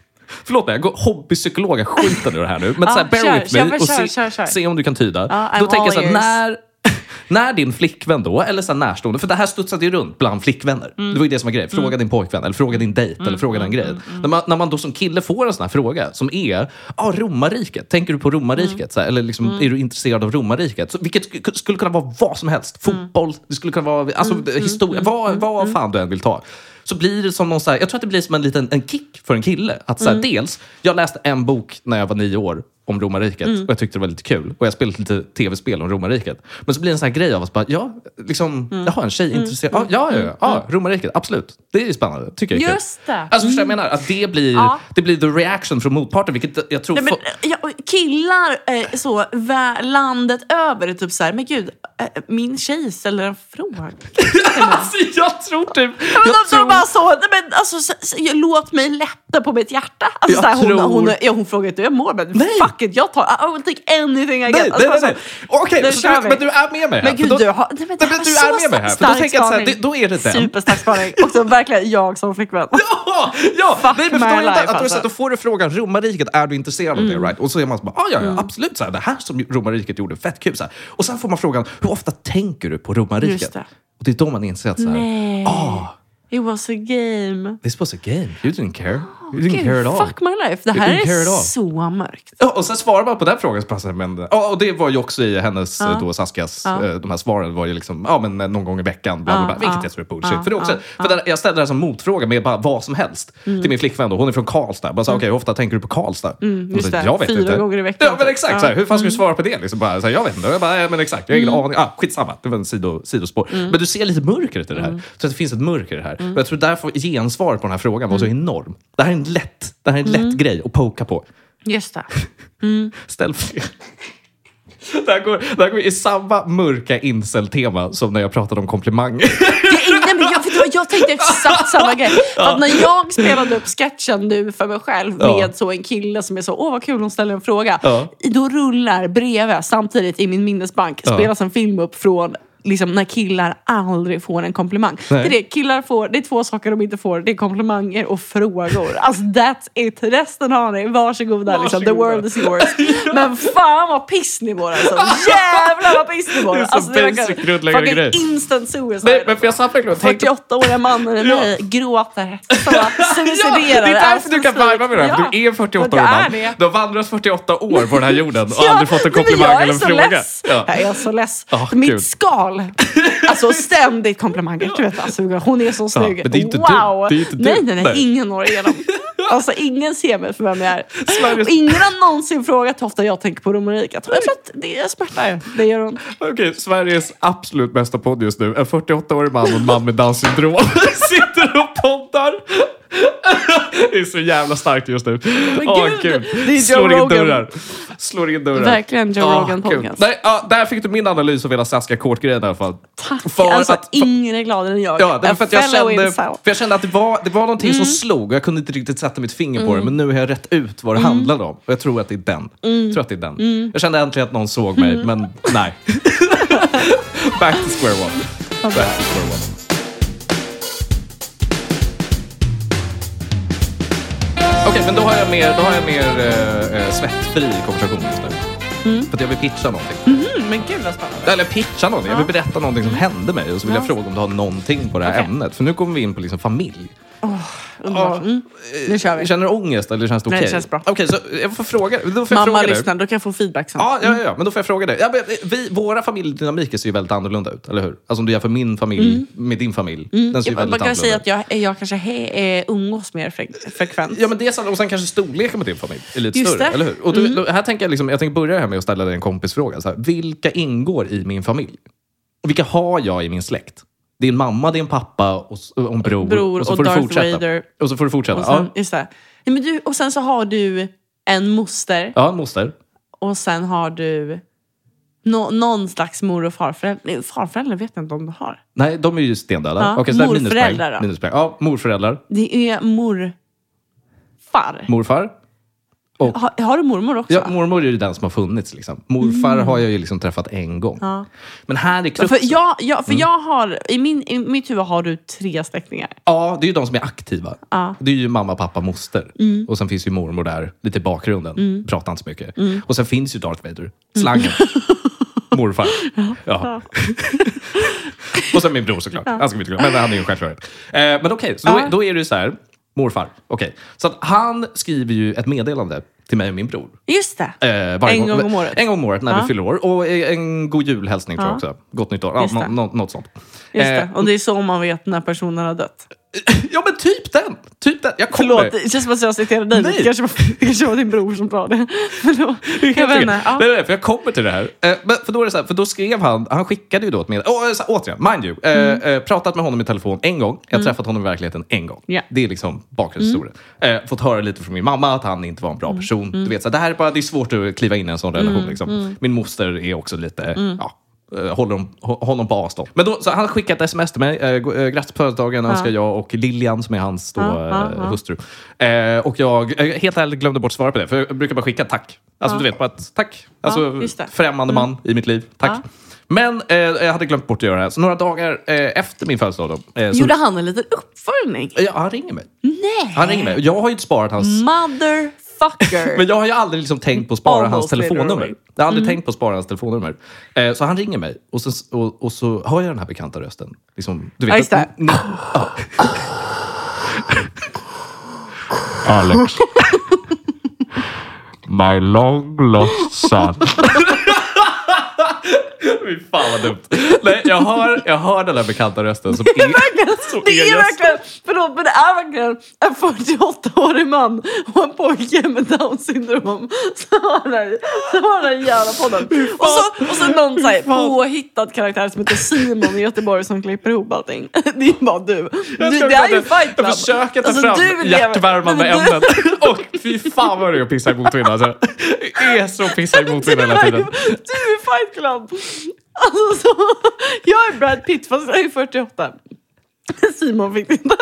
Speaker 1: Förlåt mig, jag går hobbypsykologa skiten ur det här nu. Men
Speaker 2: Ja,
Speaker 1: så här, bear
Speaker 2: Ah, kör,
Speaker 1: with me
Speaker 2: kör,
Speaker 1: och
Speaker 2: kör,
Speaker 1: se,
Speaker 2: kör, kör.
Speaker 1: se om du kan tyda.
Speaker 2: Ja, I'm
Speaker 1: då tänker jag så här,
Speaker 2: all
Speaker 1: när,
Speaker 2: ears.
Speaker 1: när din flickvän då, eller så här närstående, för det här studsade ju runt bland flickvänner.
Speaker 2: Mm.
Speaker 1: Det var ju det som var grejen. Fråga din pojkvän, eller fråga din dejt, eller fråga den grejen.
Speaker 2: mm,
Speaker 1: När, man, när man då som kille får en sån här fråga som är, ah, romarriket, tänker du på romarriket?
Speaker 2: Mm.
Speaker 1: Så här, eller liksom, är du intresserad av romarriket? Så, vilket sk- skulle kunna vara vad som helst.
Speaker 2: Mm.
Speaker 1: Fotboll, det skulle kunna vara alltså, historia, vad, vad fan du än vill ta. Så blir det som någon så här, jag tror att det blir som en liten en kick för en kille. Att så här,
Speaker 2: Mm.
Speaker 1: Dels, jag läste en bok när jag var nio år om romarriket
Speaker 2: Mm.
Speaker 1: och jag tyckte det var lite kul. Och jag spelade lite tv-spel om romarriket. Men så blir det en sån här grej av att bara, ja, liksom,
Speaker 2: Mm.
Speaker 1: jaha, en tjej är intresserad. Ja, ja, ja, ja, ja, romarriket, absolut. Det är ju spännande, tycker jag är
Speaker 2: Just
Speaker 1: kul.
Speaker 2: det. Mm.
Speaker 1: Alltså förstår jag menar? Att det blir,
Speaker 2: Ja.
Speaker 1: det blir the reaction från motparten, vilket jag tror...
Speaker 2: Nej, men,
Speaker 1: fo-
Speaker 2: eh, ja, och killar eh, så, vä- landet över är typ så här, men gud, eh, min tjej ställer en fråga.
Speaker 1: alltså, jag tror typ...
Speaker 2: Men
Speaker 1: jag
Speaker 2: de tror
Speaker 1: tror-
Speaker 2: bara så, nej, men alltså, så, så, jag- låt mig lätta på mitt hjärta. Alltså,
Speaker 1: Jag
Speaker 2: så här, hon,
Speaker 1: tror-
Speaker 2: hon, ja, hon frågar inte hur jag mår, men
Speaker 1: Nej.
Speaker 2: fuck it, jag tar, I will take anything I get.
Speaker 1: Nej, nej,
Speaker 2: Alltså,
Speaker 1: nej. nej.
Speaker 2: alltså,
Speaker 1: Okej,
Speaker 2: nu
Speaker 1: så
Speaker 2: kör
Speaker 1: du,
Speaker 2: vi.
Speaker 1: men du är med mig här.
Speaker 2: Men gud,
Speaker 1: för då-
Speaker 2: du har... Nej, men det
Speaker 1: Nej, men
Speaker 2: var
Speaker 1: du
Speaker 2: så
Speaker 1: är med mig här. För då
Speaker 2: stark
Speaker 1: tänker jag så här,
Speaker 2: spaning.
Speaker 1: det, då är det den.
Speaker 2: Superstark spaning. Och så verkligen jag som flickvän.
Speaker 1: Ja! ja.
Speaker 2: Fuck
Speaker 1: Nej, men
Speaker 2: my
Speaker 1: förstår du inte
Speaker 2: life,
Speaker 1: att du,
Speaker 2: alltså. Mm.
Speaker 1: så att då får du frågan romarriket, är du intresserad av det? Right? Och så är man så bara, ah, ja, ja, absolut. Så här, det här som romarriket gjorde, fett kul. Så här. Och sen får man frågan, hur ofta tänker du på romarriket?
Speaker 2: Just det.
Speaker 1: Och det är då man inser att så här,
Speaker 2: Nej.
Speaker 1: ah,
Speaker 2: It was a game.
Speaker 1: this was a game. You didn't care. You didn't
Speaker 2: Gud,
Speaker 1: care at all.
Speaker 2: fuck my life. Det
Speaker 1: You
Speaker 2: här
Speaker 1: didn't care at all.
Speaker 2: är så mörkt.
Speaker 1: Ja, och sen svarar man på den frågan. Så bara så här, men, ja, och det var ju också i hennes, eh, då, Saskias, eh, de här svaren var ju liksom, ja men eh, någon gång i veckan, bla, bla, bla,
Speaker 2: Ja,
Speaker 1: vilket
Speaker 2: ja,
Speaker 1: jag tror är bullshit. för det är också, för där, jag ställde det här som motfråga med bara vad som helst
Speaker 2: Mm.
Speaker 1: till min flickvän. Då. Hon är från Karlstad. Bara så, här, okej, hur ofta tänker du på Karlstad? Hon
Speaker 2: just
Speaker 1: säger,
Speaker 2: det.
Speaker 1: jag vet
Speaker 2: Fyra
Speaker 1: inte.
Speaker 2: gånger i veckan,
Speaker 1: Ja, men
Speaker 2: typ.
Speaker 1: exakt. Så här, hur fan ska du svara på det? Liksom, bara, så här, jag vet inte. Jag bara, "Nej, men exakt, jag har
Speaker 2: Mm.
Speaker 1: ingen aning. Ah, skitsamma, det var en sido, sidospår. Men du ser lite mörkret i det här.
Speaker 2: Mm.
Speaker 1: Så att det finns ett mörker i det här. Och jag tror därför gensvaret på den här frågan var så
Speaker 2: Mm.
Speaker 1: enorm. Det här är en lätt, det här är en lätt grej att poka på.
Speaker 2: Just det.
Speaker 1: Ställ fel. Det här, går, det här går i samma mörka incel-tema som när jag pratade om komplimanger.
Speaker 2: Det är, nej, men jag, vet du vad, jag tänkte exakt samma grej. För att när jag spelade upp sketchen nu för mig själv
Speaker 1: Ja.
Speaker 2: med så en kille som är så, åh vad kul hon ställer en fråga.
Speaker 1: Ja.
Speaker 2: Då rullar bredvid, samtidigt i min minnesbank,
Speaker 1: Ja.
Speaker 2: spelas en film upp från Liksom när killar aldrig får en komplimang.
Speaker 1: Nej.
Speaker 2: Det är det, killar får, det är två saker de inte får. Det är komplimanger och frågor. Alltså that's it. Resten har ni. Varsågoda. Liksom, the
Speaker 1: Varsågoda.
Speaker 2: world is yours. Men fan vad pissnivåer alltså. Jävlar vad pissnivåer.
Speaker 1: Det är så
Speaker 2: alltså, verkligen
Speaker 1: basic grundläggande
Speaker 2: fucking
Speaker 1: grej.
Speaker 2: instant suicide.
Speaker 1: Nej, men för jag satt verkligen och tänkte...
Speaker 2: 48-åriga mannen i
Speaker 1: Ja.
Speaker 2: mig gråter. Så suiciderar.
Speaker 1: det är därför du kan
Speaker 2: Alltså,
Speaker 1: vibea med det här, för
Speaker 2: ja.
Speaker 1: du är 48 år
Speaker 2: Jag är
Speaker 1: man.
Speaker 2: det.
Speaker 1: Du har vandrat 48 år på den här jorden och aldrig fått en
Speaker 2: nej, men
Speaker 1: komplimang
Speaker 2: jag är
Speaker 1: eller en
Speaker 2: så
Speaker 1: fråga.
Speaker 2: Less.
Speaker 1: Ja.
Speaker 2: Jag är så less.
Speaker 1: Ja,
Speaker 2: Mitt
Speaker 1: kul.
Speaker 2: skal. Alltså ständigt komplimanger. Du vet, alltså, hon är så snygg.
Speaker 1: men det är inte du.
Speaker 2: wow.
Speaker 1: Det är inte du.
Speaker 2: nej, nej, nej,
Speaker 1: Nej.
Speaker 2: Ingen når igenom. Alltså ingen ser mig för vem jag är.
Speaker 1: Sveriges-
Speaker 2: Och ingen har någonsin frågat hur ofta jag tänker på romanik. Jag tror jag tror att det smärtar. Det gör hon.
Speaker 1: Okej, Sveriges absolut bästa podd just nu. En 48-årig man och en man med Downs syndrom sitter och poddar. Det är så jävla starkt just nu.
Speaker 2: Men
Speaker 1: Åh,
Speaker 2: gud,
Speaker 1: kul.
Speaker 2: det är Joe
Speaker 1: Slår in
Speaker 2: Rogan.
Speaker 1: dörrar. Slår in dörrar.
Speaker 2: Verkligen Joe
Speaker 1: Åh,
Speaker 2: Rogan
Speaker 1: kul.
Speaker 2: podcast.
Speaker 1: Nej, ja, där fick du min analys av hela Saskia Kort-grejen i alla fall.
Speaker 2: Tack.
Speaker 1: För
Speaker 2: alltså,
Speaker 1: att- för-
Speaker 2: ingen är gladare än jag.
Speaker 1: Ja, det var för att jag
Speaker 2: fellow
Speaker 1: kände,
Speaker 2: incel.
Speaker 1: för jag kände att det var, det var någonting som slog och jag kunde inte riktigt sätta mitt finger på det. Men nu har jag rätt ut vad det handlade om. Och jag tror att det är den. Jag, tror att det är den. jag kände äntligen att någon såg mig, men nej. Back to square one. Back to square one. Okej, men då har jag mer, då har jag mer eh, eh, svettfri konversation just nu. För att jag vill pitcha någonting.
Speaker 2: Mm, men gud vad spännande.
Speaker 1: Eller pitcha någonting. Jag vill berätta någonting som hände mig och så vill jag fråga om du har någonting på det här
Speaker 2: Okej.
Speaker 1: ämnet. För nu kommer vi in på liksom familj.
Speaker 2: Underbart. Mm. Nu kör vi.
Speaker 1: Känner du ångest eller känns det okej?
Speaker 2: Nej, det känns bra.
Speaker 1: Okej, så jag får fråga. Då får jag
Speaker 2: Mamma
Speaker 1: fråga dig.
Speaker 2: lyssnar, Mm. då kan jag få feedback sen.
Speaker 1: Ja, ja, ja, men då får jag fråga dig. Ja, men eh, vi, våra familjedynamiker ser ju väldigt annorlunda ut, eller hur? Alltså om du jämför min familj med din familj. Den ser ju
Speaker 2: Jag, Mm. man
Speaker 1: väldigt
Speaker 2: kan
Speaker 1: annorlunda
Speaker 2: säga
Speaker 1: ut.
Speaker 2: att jag, jag kanske he, eh, umgås mer fre- frekvent.
Speaker 1: Ja, men det är sant. Och sen kanske storleken på din familj är lite
Speaker 2: Just
Speaker 1: större,
Speaker 2: det. Mm.
Speaker 1: eller hur? Och du, då, här tänker jag, liksom, jag tänker börja här med att ställa dig en kompisfråga. Så här, vilka ingår i min familj? Och vilka har jag i min släkt? Din mamma, din pappa, och, s- och en bror.
Speaker 2: Bror
Speaker 1: och så
Speaker 2: och
Speaker 1: får du
Speaker 2: Darth
Speaker 1: fortsätta.
Speaker 2: Vader.
Speaker 1: Och så får du fortsätta.
Speaker 2: Och sen, just det. Nej, men du, och sen så har du en moster
Speaker 1: ja. ja, moster.
Speaker 2: och sen har du nå- någon slags mor och farförälder. Nej, Farföräldrar vet jag inte om du har.
Speaker 1: Nej, de är ju stendöda.
Speaker 2: Ja,
Speaker 1: Okej, så där är minuspoäng.
Speaker 2: morföräldrar då?
Speaker 1: Minuspoäng. Ja, morföräldrar.
Speaker 2: Det är morfar.
Speaker 1: Morfar.
Speaker 2: Ha, har du mormor också?
Speaker 1: Ja, mormor är ju den som har funnits. Liksom. Morfar har jag ju liksom träffat en gång.
Speaker 2: Mm. Ja.
Speaker 1: Men här är
Speaker 2: För,
Speaker 1: kruxet.
Speaker 2: jag, jag, för
Speaker 1: Mm.
Speaker 2: jag har, i, min, i mitt huvud har du tre släktingar.
Speaker 1: Ja, det är ju de som är aktiva.
Speaker 2: Ja. Mm.
Speaker 1: Det är ju mamma, pappa, moster. Och sen finns ju mormor där, lite i bakgrunden. Pratar inte så mycket.
Speaker 2: Mm.
Speaker 1: Och sen finns ju Darth Vader, slangen. Morfar. Ja. och sen min bror såklart. Han ska vi inte glömma. Men han är ju en självklarhet. Eh, men okej, så då,
Speaker 2: Ja.
Speaker 1: då är det ju så här. Morfar. Okej. Så att han skriver ju ett meddelande till mig och min bror.
Speaker 2: Just det.
Speaker 1: Eh, varje
Speaker 2: En gång om året.
Speaker 1: En gång om året när vi
Speaker 2: Ja.
Speaker 1: fyller år. Och eh, en god julhälsning tror jag
Speaker 2: Ja.
Speaker 1: också. Gott nytt år. Ja,
Speaker 2: Just
Speaker 1: nå-
Speaker 2: det.
Speaker 1: nå- något sånt.
Speaker 2: Just
Speaker 1: Eh,
Speaker 2: det. Och det är så man vet när personen har dött.
Speaker 1: ja men typ den! Typ den. Jag kommer.
Speaker 2: Förlåt, det känns som att jag citerade dig.
Speaker 1: Nej.
Speaker 2: Det kanske, var, det kanske var din bror som sa det. Förlåt. Jag vet inte.
Speaker 1: Nej,
Speaker 2: Ja.
Speaker 1: nej, nej, för jag kommer till det här. Eh, men för, då är det så här för då skrev han, han skickade ju då ett meddelande. Oh, så, återigen, mind you. Eh,
Speaker 2: Mm.
Speaker 1: eh, pratat med honom i telefon en gång. Jag har träffat honom i verkligheten en gång.
Speaker 2: Ja. Mm.
Speaker 1: Det är liksom bakgrundshistorien. Eh, fått höra lite från min mamma att han inte var en bra person. Du vet, så här, det, här är bara, det är svårt att kliva in i en sån relation.
Speaker 2: Mm.
Speaker 1: Liksom. Min moster är också lite... Ja, eh, Håller hon- hå- honom på avstånd. Men då, så han skickade ett sms till mig. Eh, gå- eh, Grattis på födelsedagen önskar jag och Lilian som är hans då,
Speaker 2: Ja, ja,
Speaker 1: eh,
Speaker 2: ja.
Speaker 1: hustru. Eh, och jag, eh, helt ärligt, glömde bort svara på det. För jag brukar bara skicka tack. Alltså du vet, bara ett tack. Alltså
Speaker 2: just det. Mm.
Speaker 1: främmande man i mitt liv. Tack. Men eh, jag hade glömt bort att göra det här. Så några dagar eh, efter min födelsedag då, eh, så,
Speaker 2: Gjorde han en liten uppföljning?
Speaker 1: ja, han ringer mig.
Speaker 2: Nej!
Speaker 1: Eh, Han ringer mig. Jag har ju inte sparat
Speaker 2: Mm.
Speaker 1: hans... Men
Speaker 2: Motherfucker!
Speaker 1: jag har ju aldrig liksom tänkt på att spara hans
Speaker 2: Almost
Speaker 1: telefonnummer.
Speaker 2: literally. Mm.
Speaker 1: Jag har aldrig tänkt på att spara hans telefonnummer. Eh, så han ringer mig och, sen, och, och så hör jag den här bekanta rösten. Liksom, du vet,
Speaker 2: Ja, just det.
Speaker 1: att- ni- ja. Alex.
Speaker 3: my long lost son.
Speaker 1: Fy fan vad dumt. Nej, jag, hör, jag hör den där bekanta rösten som är... som
Speaker 2: Det är
Speaker 1: just-
Speaker 2: verkligen, förlåt, men det är verkligen en 48-årig man och en pojke med down syndrom som har den här- som har den här jävla podden. Och så, och så någon så här, påhittad karaktär som heter Simon i Göteborg som klipper ihop allting. Det är ju bara du. du
Speaker 1: Jag
Speaker 2: det är ju
Speaker 1: försökte-
Speaker 2: fight club.
Speaker 1: Jag försöker ta
Speaker 2: Alltså, du
Speaker 1: fram
Speaker 2: lever-
Speaker 1: hjärtvärmande
Speaker 2: Nej, men du-
Speaker 1: ämnen. Och fy fan vad det är att pissa emot kvinnor. Alltså. Jag är så pissa emot
Speaker 2: Du är,
Speaker 1: kvinnor hela tiden.
Speaker 2: du är Fight Club! Alltså, så, jag är Brad Pitt fast jag är 48. Simon fick det inte.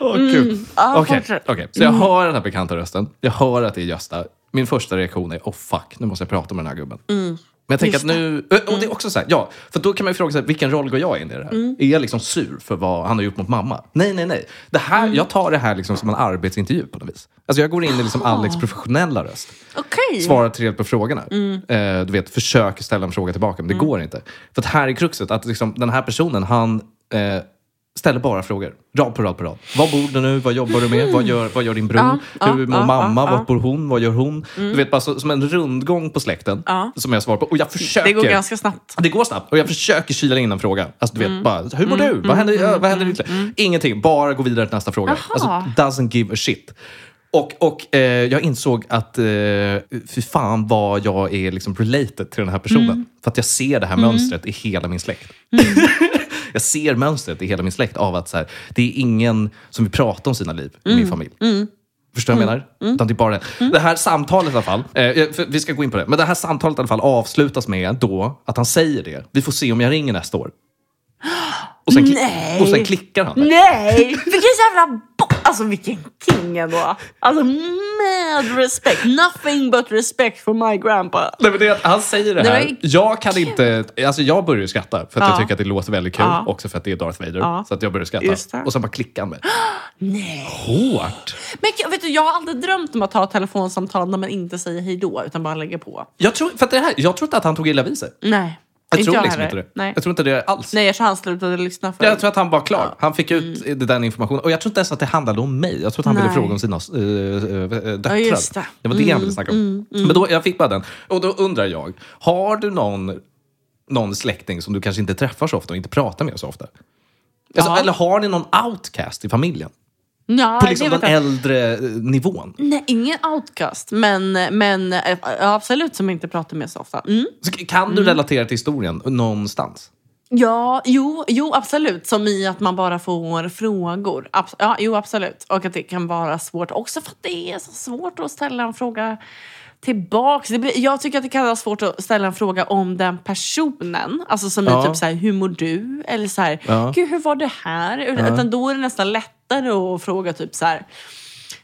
Speaker 1: Åh, kul.
Speaker 2: Ja,
Speaker 1: Mm. Okej,
Speaker 2: fortsätt. Mm.
Speaker 1: okej. så jag hör den här bekanta rösten. Jag hör att det är Gösta. Min första reaktion är, oh fuck, nu måste jag prata med den här gubben. Men jag tänker att
Speaker 2: Mm. Just Mm.
Speaker 1: nu... Eh, Och det är också så här, ja. För då kan man ju fråga sig, vilken roll går jag in i det här? Är jag liksom sur för vad han har gjort mot mamma? Nej, nej, nej. Det här,
Speaker 2: Mm.
Speaker 1: Jag tar det här liksom som en arbetsintervju på något vis. Alltså jag går in i liksom
Speaker 2: Ah.
Speaker 1: Alex professionella röst.
Speaker 2: Okej.
Speaker 1: Svara trevligt på frågorna. Eh, du vet, försök ställa en fråga tillbaka, men det
Speaker 2: Mm.
Speaker 1: går inte. För att här är kruxet, att liksom, den här personen, han eh, ställer bara frågor. Rad på rad på rad. Var bor du nu? Vad jobbar du med? Vad, gör, vad gör din bror?
Speaker 2: Ja, ja,
Speaker 1: Hur mår
Speaker 2: ja,
Speaker 1: mamma?
Speaker 2: ja,
Speaker 1: Var
Speaker 2: ja.
Speaker 1: bor hon? Vad gör hon? Du vet, bara så, som en rundgång på släkten
Speaker 2: Ja.
Speaker 1: som jag svarar på. Och jag försöker.
Speaker 2: Det går ganska snabbt.
Speaker 1: Det går snabbt och jag försöker kyla in en fråga. Alltså, du vet, bara, hur mår du? vad händer, mm, vad händer mm, Ingenting, bara gå vidare till nästa fråga. Alltså,
Speaker 2: Jaha.
Speaker 1: doesn't give a shit. Och, och eh, jag insåg att eh, fy fan vad jag är liksom related till den här personen. För att jag ser det här mönstret i hela min släkt. Mm. jag ser mönstret i hela min släkt av att så här, det är ingen som vill prata om sina liv i min familj. Förstår du vad jag
Speaker 2: Mm.
Speaker 1: menar? Utan det är bara det. Det här samtalet i alla fall, eh, för vi ska gå in på det, men det här samtalet i alla fall avslutas med då att han säger det. Vi får se om jag ringer nästa år. Och sen,
Speaker 2: Nej.
Speaker 1: och sen klickar han.
Speaker 2: Nej! Vilken jävla bo- Alltså vilken king ändå. Alltså mad respect. Nothing but respect for my grandpa.
Speaker 1: Nej, men det är att han säger det
Speaker 2: Det var
Speaker 1: här.
Speaker 2: ju
Speaker 1: jag kan inte... Alltså jag börjar ju skratta för att jag
Speaker 2: Ja.
Speaker 1: tycker att det låter väldigt kul.
Speaker 2: Ja.
Speaker 1: Också för att det är Darth Vader.
Speaker 2: Ja.
Speaker 1: Så att jag börjar
Speaker 2: Just
Speaker 1: skratta.
Speaker 2: det.
Speaker 1: Och sen bara klickar han mig.
Speaker 2: Nej.
Speaker 1: Hårt!
Speaker 2: Men jag- vet du, jag har aldrig drömt om att ha telefonsamtal när man inte säger hej då utan bara lägger på.
Speaker 1: Jag tror, för att det här, jag tror inte att han tog illa vid sig.
Speaker 2: Nej.
Speaker 1: Jag
Speaker 2: Inte
Speaker 1: tror
Speaker 2: jag
Speaker 1: liksom inte
Speaker 2: heller.
Speaker 1: det.
Speaker 2: Nej.
Speaker 1: Jag tror inte det alls.
Speaker 2: Nej, jag tror han slutade lyssna för
Speaker 1: Jag tror att han var klar. Han fick ut den där informationen. Och jag tror inte ens att det handlade om mig. Jag tror att han ville
Speaker 2: Mm. Nej.
Speaker 1: fråga om sina eh, eh, döttrar.
Speaker 2: Ja, just det. Mm,
Speaker 1: var det han ville snacka om. Men då, jag fick bara den. Och då undrar jag, har du någon, någon släkting som du kanske inte träffar så ofta och inte pratar med så ofta? Alltså,
Speaker 2: Ja.
Speaker 1: Eller har ni någon outcast i familjen?
Speaker 2: Nej,
Speaker 1: På
Speaker 2: det
Speaker 1: liksom
Speaker 2: vet
Speaker 1: den
Speaker 2: jag.
Speaker 1: äldre eh, nivån.
Speaker 2: Nej, ingen outcast, men, men eh, absolut som jag inte pratar med så ofta. Mm.
Speaker 1: Så k- kan du relatera till historien någonstans?
Speaker 2: Ja, jo, jo, absolut. Som i att man bara får frågor. Abs- ja, jo, absolut. Och att det kan vara svårt också för att det är så svårt att ställa en fråga tillbaks. Det blir, jag tycker att det kan vara svårt att ställa en fråga om den personen. Alltså som
Speaker 1: Ja.
Speaker 2: är typ så här, hur mår du? Eller så här,
Speaker 1: Ja.
Speaker 2: gud hur var det här? Utan då är det nästan lättare att fråga typ så här,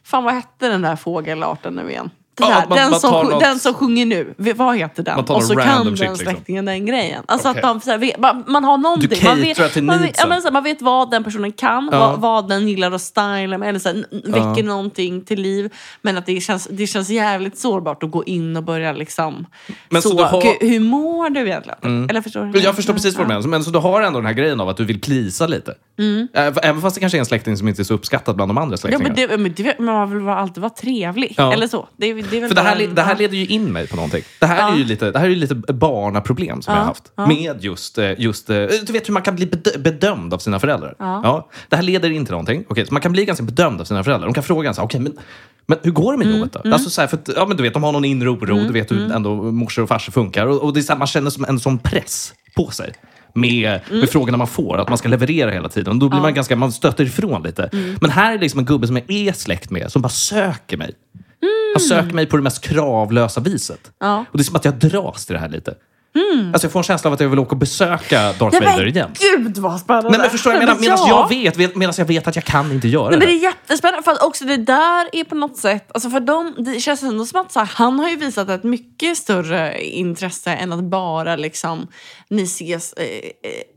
Speaker 2: fan vad hette den där fågelarten nu igen? Den,
Speaker 1: Ja,
Speaker 2: där,
Speaker 1: att man-
Speaker 2: den,
Speaker 1: man
Speaker 2: som,
Speaker 1: tar
Speaker 2: sj-
Speaker 1: något-
Speaker 2: den som sjunger nu, v- vad heter den?
Speaker 1: Man tar
Speaker 2: Och
Speaker 1: någon
Speaker 2: så
Speaker 1: random
Speaker 2: kan den
Speaker 1: shit, liksom.
Speaker 2: släktingen den grejen. Alltså
Speaker 1: Okej.
Speaker 2: att man, så här, vet, man, man har någonting. man,
Speaker 1: caterar till
Speaker 2: man, vet,
Speaker 1: needsen.
Speaker 2: ja, men så här, man vet vad den personen kan,
Speaker 1: Ja.
Speaker 2: vad, vad den gillar att styla med. Eller så här, n- väcker någonting till liv. Men att det känns, det känns jävligt sårbart att gå in och börja liksom...
Speaker 1: Men
Speaker 2: så,
Speaker 1: så du har- Mm.
Speaker 2: "Gud, hur mår du egentligen? Eller förstår du?
Speaker 1: Jag förstår precis vad du
Speaker 2: Ja. Mm.
Speaker 1: menar. Men så du har ändå den här grejen av att du vill plisa lite. Ä- Även fast det kanske är en släkting som inte är så uppskattad bland de andra
Speaker 2: Ja,
Speaker 1: släktingarna.
Speaker 2: men det, men det, man vill vara- alltid vara trevlig.
Speaker 1: Ja.
Speaker 2: Eller så. Det, är- det är väl
Speaker 1: För det här,
Speaker 2: bara
Speaker 1: le-
Speaker 2: en-
Speaker 1: det här leder ju in mig på någonting. Det här är ju lite, det här är ju lite barnaproblem som jag har haft. Med just, eh, just... eh, Du vet hur man kan bli bedö- bedömd av sina föräldrar. Ja. det här leder in till någonting. Okej, så man kan bli ganska bedömd av sina föräldrar. De kan fråga en så här, okej, men, men hur går det
Speaker 2: Mm,
Speaker 1: med jobbet då? Alltså, så här, för att, ja, men du vet, de har någon inre oro. Du vet hur ändå morsor och farsor funkar. Och, och det är så här, man känner som en sån press på sig. Med,
Speaker 2: Mm.
Speaker 1: med frågorna man får, att man ska leverera hela tiden. Då blir man ganska, man stöter ifrån lite.
Speaker 2: Mm.
Speaker 1: Men här är liksom en gubbe som jag är släkt med, som bara söker mig. Han söker mig på det mest kravlösa viset.
Speaker 2: Ja.
Speaker 1: Och det är som att jag dras till det här lite. Alltså jag får en känsla av att jag vill åka och besöka Darth
Speaker 2: Nej,
Speaker 1: Vader
Speaker 2: men
Speaker 1: igen.
Speaker 2: Gud vad spännande!
Speaker 1: Nej men förstår du? Medan, medan
Speaker 2: Ja.
Speaker 1: jag vet, vet- medan jag vet att jag kan inte göra
Speaker 2: Nej, men det
Speaker 1: det.
Speaker 2: är jättespännande för att också det där är på något sätt, alltså för dem, det känns ändå som att så här, han har ju visat ett mycket större intresse än att bara liksom ni ses eh, eh,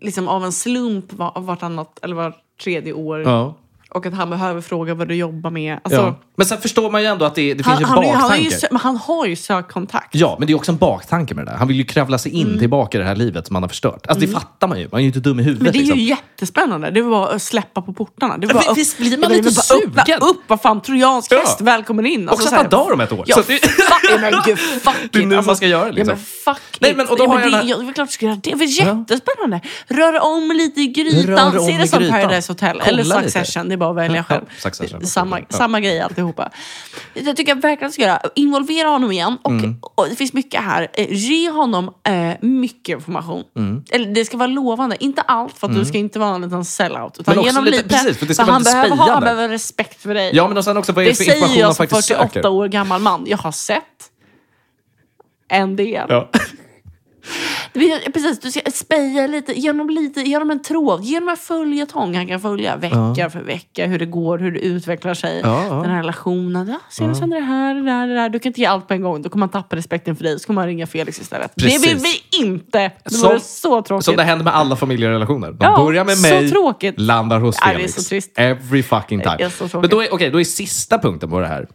Speaker 2: liksom av en slump var, vartannat eller var tredje år
Speaker 1: Ja.
Speaker 2: och att han behöver fråga vad du jobbar med. Alltså,
Speaker 1: Ja. Men sen förstår man ju ändå att det, det
Speaker 2: han,
Speaker 1: finns
Speaker 2: han,
Speaker 1: en
Speaker 2: är ju- han, är ju,
Speaker 1: baktanke.
Speaker 2: sö- men han har ju sökkontakt.
Speaker 1: Ja, men det är också en baktanke med det där. Han vill ju kravla sig in tillbaka i det här livet som han har förstört. Alltså det fattar man ju. Man är ju inte dum i huvudet.
Speaker 2: Mm. Men det är ju
Speaker 1: liksom.
Speaker 2: jättespännande. Det var att släppa på portarna. Det
Speaker 1: Ja,
Speaker 2: var
Speaker 1: vi-
Speaker 2: upp-
Speaker 1: visst blir man
Speaker 2: det var
Speaker 1: lite
Speaker 2: bara
Speaker 1: sugen?
Speaker 2: Öppna upp, vad fan, trojansk
Speaker 1: Ja.
Speaker 2: häst, välkommen in. Alltså,
Speaker 1: Också att
Speaker 2: så här-
Speaker 1: han dör om ett år.
Speaker 2: Ja,
Speaker 1: Så det-
Speaker 2: fuck, men gud, fuck it.
Speaker 1: Det är nu man ska göra det,
Speaker 2: Ja,
Speaker 1: liksom.
Speaker 2: men fuck
Speaker 1: Nej,
Speaker 2: it.
Speaker 1: men- och då
Speaker 2: ja,
Speaker 1: har
Speaker 2: men
Speaker 1: jag
Speaker 2: det,
Speaker 1: den här-
Speaker 2: ja, det är klart du ska göra det. Det är jättespännande. Rör om lite i grytan.
Speaker 1: Rör om
Speaker 2: Se det
Speaker 1: i
Speaker 2: som
Speaker 1: grytan.
Speaker 2: Paradise Hotel
Speaker 1: Kolla
Speaker 2: eller
Speaker 1: lite.
Speaker 2: Succession. Det är bara att välja
Speaker 1: Ja,
Speaker 2: själv.
Speaker 1: Succession.
Speaker 2: Samma,
Speaker 1: Ja.
Speaker 2: samma grej alltihopa. Jag tycker jag verkligen ska göra. Involvera honom igen. Och,
Speaker 1: Mm.
Speaker 2: och det finns mycket här. Eh, Ge honom eh, mycket information.
Speaker 1: Mm.
Speaker 2: Eller det ska vara lovande. Inte allt för att du ska inte vara en liten sellout. Utan
Speaker 1: Men också
Speaker 2: ge honom
Speaker 1: lite-
Speaker 2: lite.
Speaker 1: precis, för det ska vara
Speaker 2: han,
Speaker 1: lite
Speaker 2: behöver ha, han
Speaker 1: spejande.
Speaker 2: behöver respekt för dig.
Speaker 1: Ja, men och sen också vad är det
Speaker 2: Det
Speaker 1: för
Speaker 2: säger
Speaker 1: information han
Speaker 2: jag som
Speaker 1: faktiskt
Speaker 2: 48
Speaker 1: söker?
Speaker 2: år gammal man. Jag har sett en del.
Speaker 1: Ja.
Speaker 2: Det blir- Precis, du ska speja lite, genom lite, genom en tråd, genom en följetong han kan följa vecka för vecka, hur det går, hur det utvecklar sig,
Speaker 1: Ja, ja.
Speaker 2: den här relationen. Ja, senast hände det här, det där, det där. Du kan inte ge allt på en gång, då kommer han tappa respekten för dig, så kommer han ringa Felix istället. Det vill
Speaker 1: Precis.
Speaker 2: vi inte! Det
Speaker 1: Som-
Speaker 2: vore så tråkigt.
Speaker 1: Som det händer med alla familjerelationer. De
Speaker 2: Ja,
Speaker 1: börjar med
Speaker 2: så
Speaker 1: mig,
Speaker 2: tråkigt.
Speaker 1: landar hos
Speaker 2: Nej, det är
Speaker 1: Felix.
Speaker 2: så trist.
Speaker 1: Every fucking time.
Speaker 2: Det är så Mm. tråkigt.
Speaker 1: Men då är, okej, då är sista punkten på det här,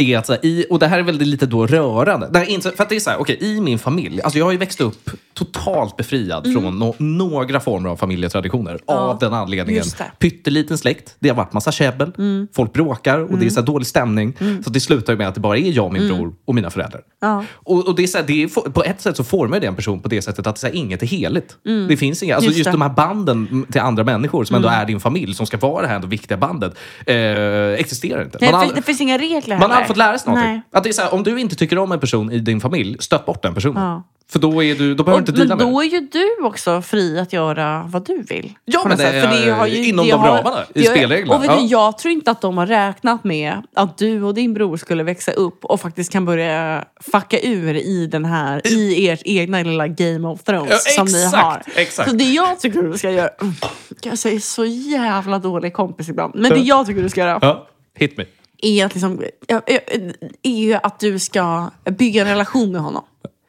Speaker 1: är att, så här, i, och det här är väldigt lite då rörande. Det här är inte, för att det är så här, okej, i min familj, alltså jag har ju växt upp totalt befriad
Speaker 2: Mm.
Speaker 1: från nå- några former av familjetraditioner. Av den anledningen.
Speaker 2: just det.
Speaker 1: Pytteliten släkt, det har varit massa käbbel,
Speaker 2: Mm.
Speaker 1: folk bråkar och det är så här dålig stämning. Så det slutar ju med att det bara är jag, min bror och mina föräldrar.
Speaker 2: Mm. Ja.
Speaker 1: Och, och det är så här, det är, fo- på ett sätt så formar ju det en person på det sättet att så här, inget är heligt. Det finns inga, alltså just,
Speaker 2: Mm. Just det. Mm.
Speaker 1: de här banden m- till andra människor som ändå är din familj, som ska vara det här ändå viktiga bandet, eh, existerar inte.
Speaker 2: Nej,
Speaker 1: Man har
Speaker 2: det,
Speaker 1: ald-
Speaker 2: det finns inga regler
Speaker 1: man har
Speaker 2: heller.
Speaker 1: aldrig fått lära sig någonting.
Speaker 2: Nej.
Speaker 1: Att det är så här, om du inte tycker om en person i din familj, stöt bort den personen.
Speaker 2: Ja.
Speaker 1: För då, är du, då behöver du inte
Speaker 2: men
Speaker 1: dela med
Speaker 2: då
Speaker 1: det.
Speaker 2: är ju du också fri att göra vad du vill.
Speaker 1: Ja,
Speaker 2: på
Speaker 1: men
Speaker 2: något
Speaker 1: det
Speaker 2: sätt. För
Speaker 1: är eh, inom
Speaker 2: det
Speaker 1: de ramarna, i
Speaker 2: det har-
Speaker 1: spelreglerna.
Speaker 2: Och vet du,
Speaker 1: Ja.
Speaker 2: jag tror inte att de har räknat med att du och din bror skulle växa upp och faktiskt kan börja fucka ur i den här, i ert egna lilla Game of Thrones
Speaker 1: Ja,
Speaker 2: som ni
Speaker 1: exakt,
Speaker 2: har.
Speaker 1: exakt.
Speaker 2: Så det jag tycker du ska göra... Alltså, jag är så jävla dålig kompis ibland. Men det jag tycker du ska göra
Speaker 1: Ja, hit me.
Speaker 2: är att, liksom, är är ju att du ska bygga en relation med honom.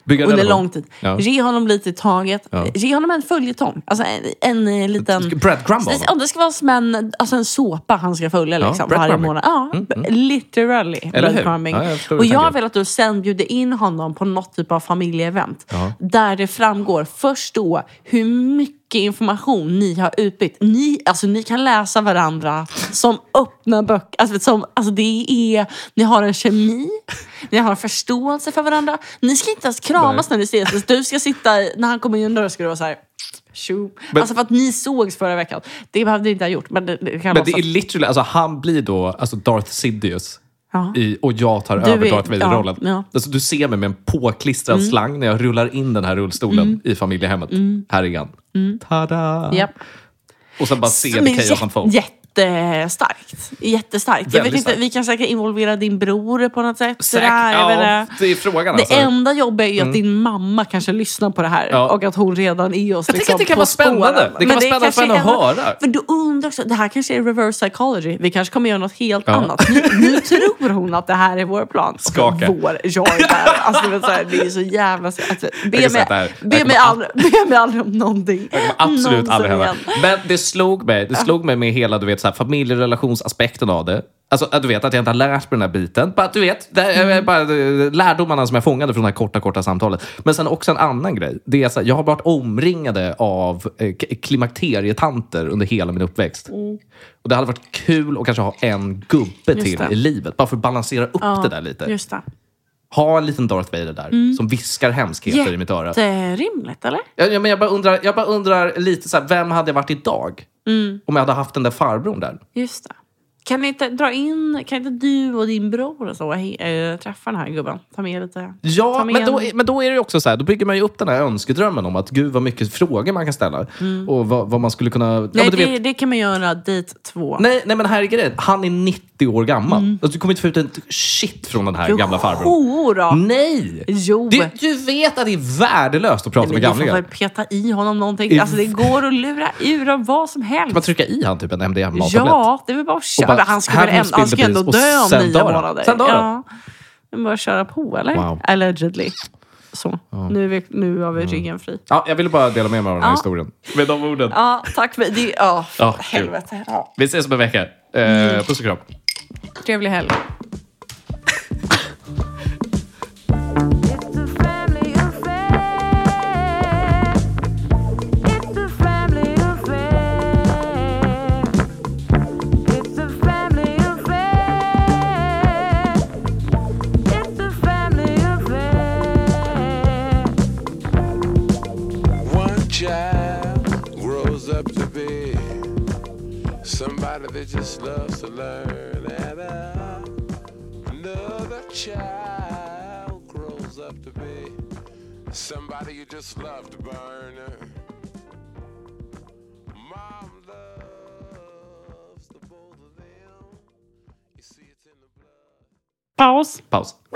Speaker 1: Bygga en
Speaker 2: under
Speaker 1: relation.
Speaker 2: lång tid.
Speaker 1: Ja.
Speaker 2: Ge honom lite i taget.
Speaker 1: Ja.
Speaker 2: Ge honom en följetong. Alltså en, en eh, liten...
Speaker 1: Ska breadcrumb av
Speaker 2: Ja, det ska vara som en, alltså en såpa han ska följa
Speaker 1: Ja,
Speaker 2: liksom, varje
Speaker 1: breadcrumbing.
Speaker 2: månad. Ja, Literally
Speaker 1: mm. Eller hur?
Speaker 2: breadcrumbing.
Speaker 1: Ja, jag förstår
Speaker 2: och
Speaker 1: hur du
Speaker 2: jag
Speaker 1: tänker.
Speaker 2: vill att du sen bjuder in honom på något typ av familjeevent.
Speaker 1: Ja.
Speaker 2: Där det framgår först då hur mycket information ni har utbytt. Ni, alltså, ni kan läsa varandra som öppna böcker. Alltså, som, alltså, det är, ni har en kemi, ni har en förståelse för varandra. Ni ska inte ens kramas när ni ses. Alltså, Du ska sitta, i- när han kommer in dörren ska du vara så här... Tjo.
Speaker 1: Men-
Speaker 2: alltså för att ni sågs förra veckan. Det behövde ni inte ha gjort. Men det, det kan
Speaker 1: Men det
Speaker 2: låtsas.
Speaker 1: är literally, alltså han blir då alltså Darth Sidious.
Speaker 2: Ja.
Speaker 1: I, och jag tar
Speaker 2: Du
Speaker 1: över
Speaker 2: är-
Speaker 1: Darth Vader-rollen.
Speaker 2: ja, Mm. ja.
Speaker 1: alltså, du ser mig med en påklistrad slang när jag rullar in den här rullstolen i familjehemmet. Här är han. Tada!
Speaker 2: Mm. Japp.
Speaker 1: Och sen bara ser
Speaker 2: Som är
Speaker 1: vi Chaos Unfold.
Speaker 2: Jättestarkt. Jättestarkt. Jag
Speaker 1: Väldigt
Speaker 2: vet inte,
Speaker 1: starkt.
Speaker 2: vi kan säkert involvera din bror på något sätt.
Speaker 1: Säkert-
Speaker 2: Sådär, jag vet
Speaker 1: ja,
Speaker 2: inte.
Speaker 1: det är frågan
Speaker 2: Det
Speaker 1: alltså.
Speaker 2: enda jobbiga är ju att din mamma kanske lyssnar på det här
Speaker 1: Ja.
Speaker 2: och att hon redan är oss
Speaker 1: Jag tänker
Speaker 2: liksom,
Speaker 1: att det kan
Speaker 2: på
Speaker 1: vara spännande.
Speaker 2: spåren.
Speaker 1: Det kan
Speaker 2: Men
Speaker 1: vara spännande
Speaker 2: kanske
Speaker 1: för henne att
Speaker 2: är-
Speaker 1: höra.
Speaker 2: För du undrar också, det här kanske är reverse psychology. Vi kanske kommer göra något helt
Speaker 1: Ja.
Speaker 2: annat. Nu, nu tror hon att det här är vår plan. Alltså,
Speaker 1: Skaka.
Speaker 2: Vår, jag är där. Alltså, det, är så här, det är så jävla... Alltså,
Speaker 1: Jag
Speaker 2: be,
Speaker 1: kan säga
Speaker 2: mig,
Speaker 1: att det här-
Speaker 2: be,
Speaker 1: jag
Speaker 2: mig
Speaker 1: kommer
Speaker 2: aldrig, be mig aldrig om någonting.
Speaker 1: Absolut
Speaker 2: Någonsin
Speaker 1: aldrig hända.
Speaker 2: igen.
Speaker 1: Men det slog mig, det slog mig med hela du vet, så här, familjerelationsaspekten av det. Alltså att du vet att jag inte har lärt mig den här biten. Bara, du vet, det är
Speaker 2: Mm.
Speaker 1: bara eh, lärdomarna som jag fångade från det här korta, korta samtalet. Men sen också en annan grej. Det är så här, jag har varit omringade av eh, k- klimakterietanter under hela min uppväxt.
Speaker 2: Mm.
Speaker 1: Och det hade varit kul att kanske ha en gubbe till
Speaker 2: det.
Speaker 1: i livet. Bara för att balansera upp
Speaker 2: Ja, Mm.
Speaker 1: det där lite.
Speaker 2: Just det.
Speaker 1: Ha en liten Darth Vader där som viskar hemskheter i mitt öra.
Speaker 2: Jätterimligt, eller?
Speaker 1: Ja, ja, men jag, bara undrar, jag bara undrar lite så här, vem hade jag varit idag?
Speaker 2: Mm.
Speaker 1: Om jag hade haft den där farbrorn där.
Speaker 2: Just det. Kan inte dra in, kan inte du och din bror och så, eh, träffa den här gubben? Ta med lite...
Speaker 1: Ja,
Speaker 2: ta med
Speaker 1: men då,
Speaker 2: en-
Speaker 1: men då är det ju också så här, då bygger man ju upp den här önskedrömmen om att gud vad mycket frågor man kan ställa. Och vad, vad man skulle kunna... Ja,
Speaker 2: Mm. Nej,
Speaker 1: men du
Speaker 2: det,
Speaker 1: vet,
Speaker 2: det kan man göra dit två.
Speaker 1: nej, nej, men här är grejen. Han är 90 år gammal.
Speaker 2: Mm.
Speaker 1: Alltså, du kommer inte få ut en shit från den här gamla farbrorn.
Speaker 2: Jo, då.
Speaker 1: Nej!
Speaker 2: Jo.
Speaker 1: Du, du vet att det är värdelöst att prata
Speaker 2: Men
Speaker 1: med
Speaker 2: du får väl
Speaker 1: gamlingar.
Speaker 2: peta i honom någonting. Alltså, det går att lura ur av vad som
Speaker 1: Man
Speaker 2: helst.
Speaker 1: trycka i han typ en MDMA-tablett.
Speaker 2: Ja, det är väl bara att köra.
Speaker 1: bara,
Speaker 2: han ska
Speaker 1: här
Speaker 2: väl ändå, han
Speaker 1: spillde
Speaker 2: ska ändå
Speaker 1: pris och
Speaker 2: dö om
Speaker 1: sen
Speaker 2: nio
Speaker 1: dör han.
Speaker 2: månader.
Speaker 1: Sen dör han.
Speaker 2: ja. Men bara köra på, eller?
Speaker 1: Wow. Mm.
Speaker 2: Allegedly. Så. Nu, är vi, nu har vi ryggen fri.
Speaker 1: Ja, jag ville bara dela med mig av den här
Speaker 2: Ja.
Speaker 1: historien. Med de orden.
Speaker 2: Ja, tack för det. Ja,
Speaker 1: Ja, kul.
Speaker 2: helvete. Ja.
Speaker 1: Vi ses om en vecka. Eh,
Speaker 2: Mm.
Speaker 1: Puss och kram.
Speaker 2: Trevlig helg.
Speaker 4: It's a family affair. It's a family affair. It's a family affair. It's a family affair.
Speaker 5: One child grows up to be somebody that just loves to learn, and uh, another child grows up to be somebody you just love to burn. Mom loves the both of them. You see, it's in the blood.
Speaker 2: Paus.
Speaker 1: Paus.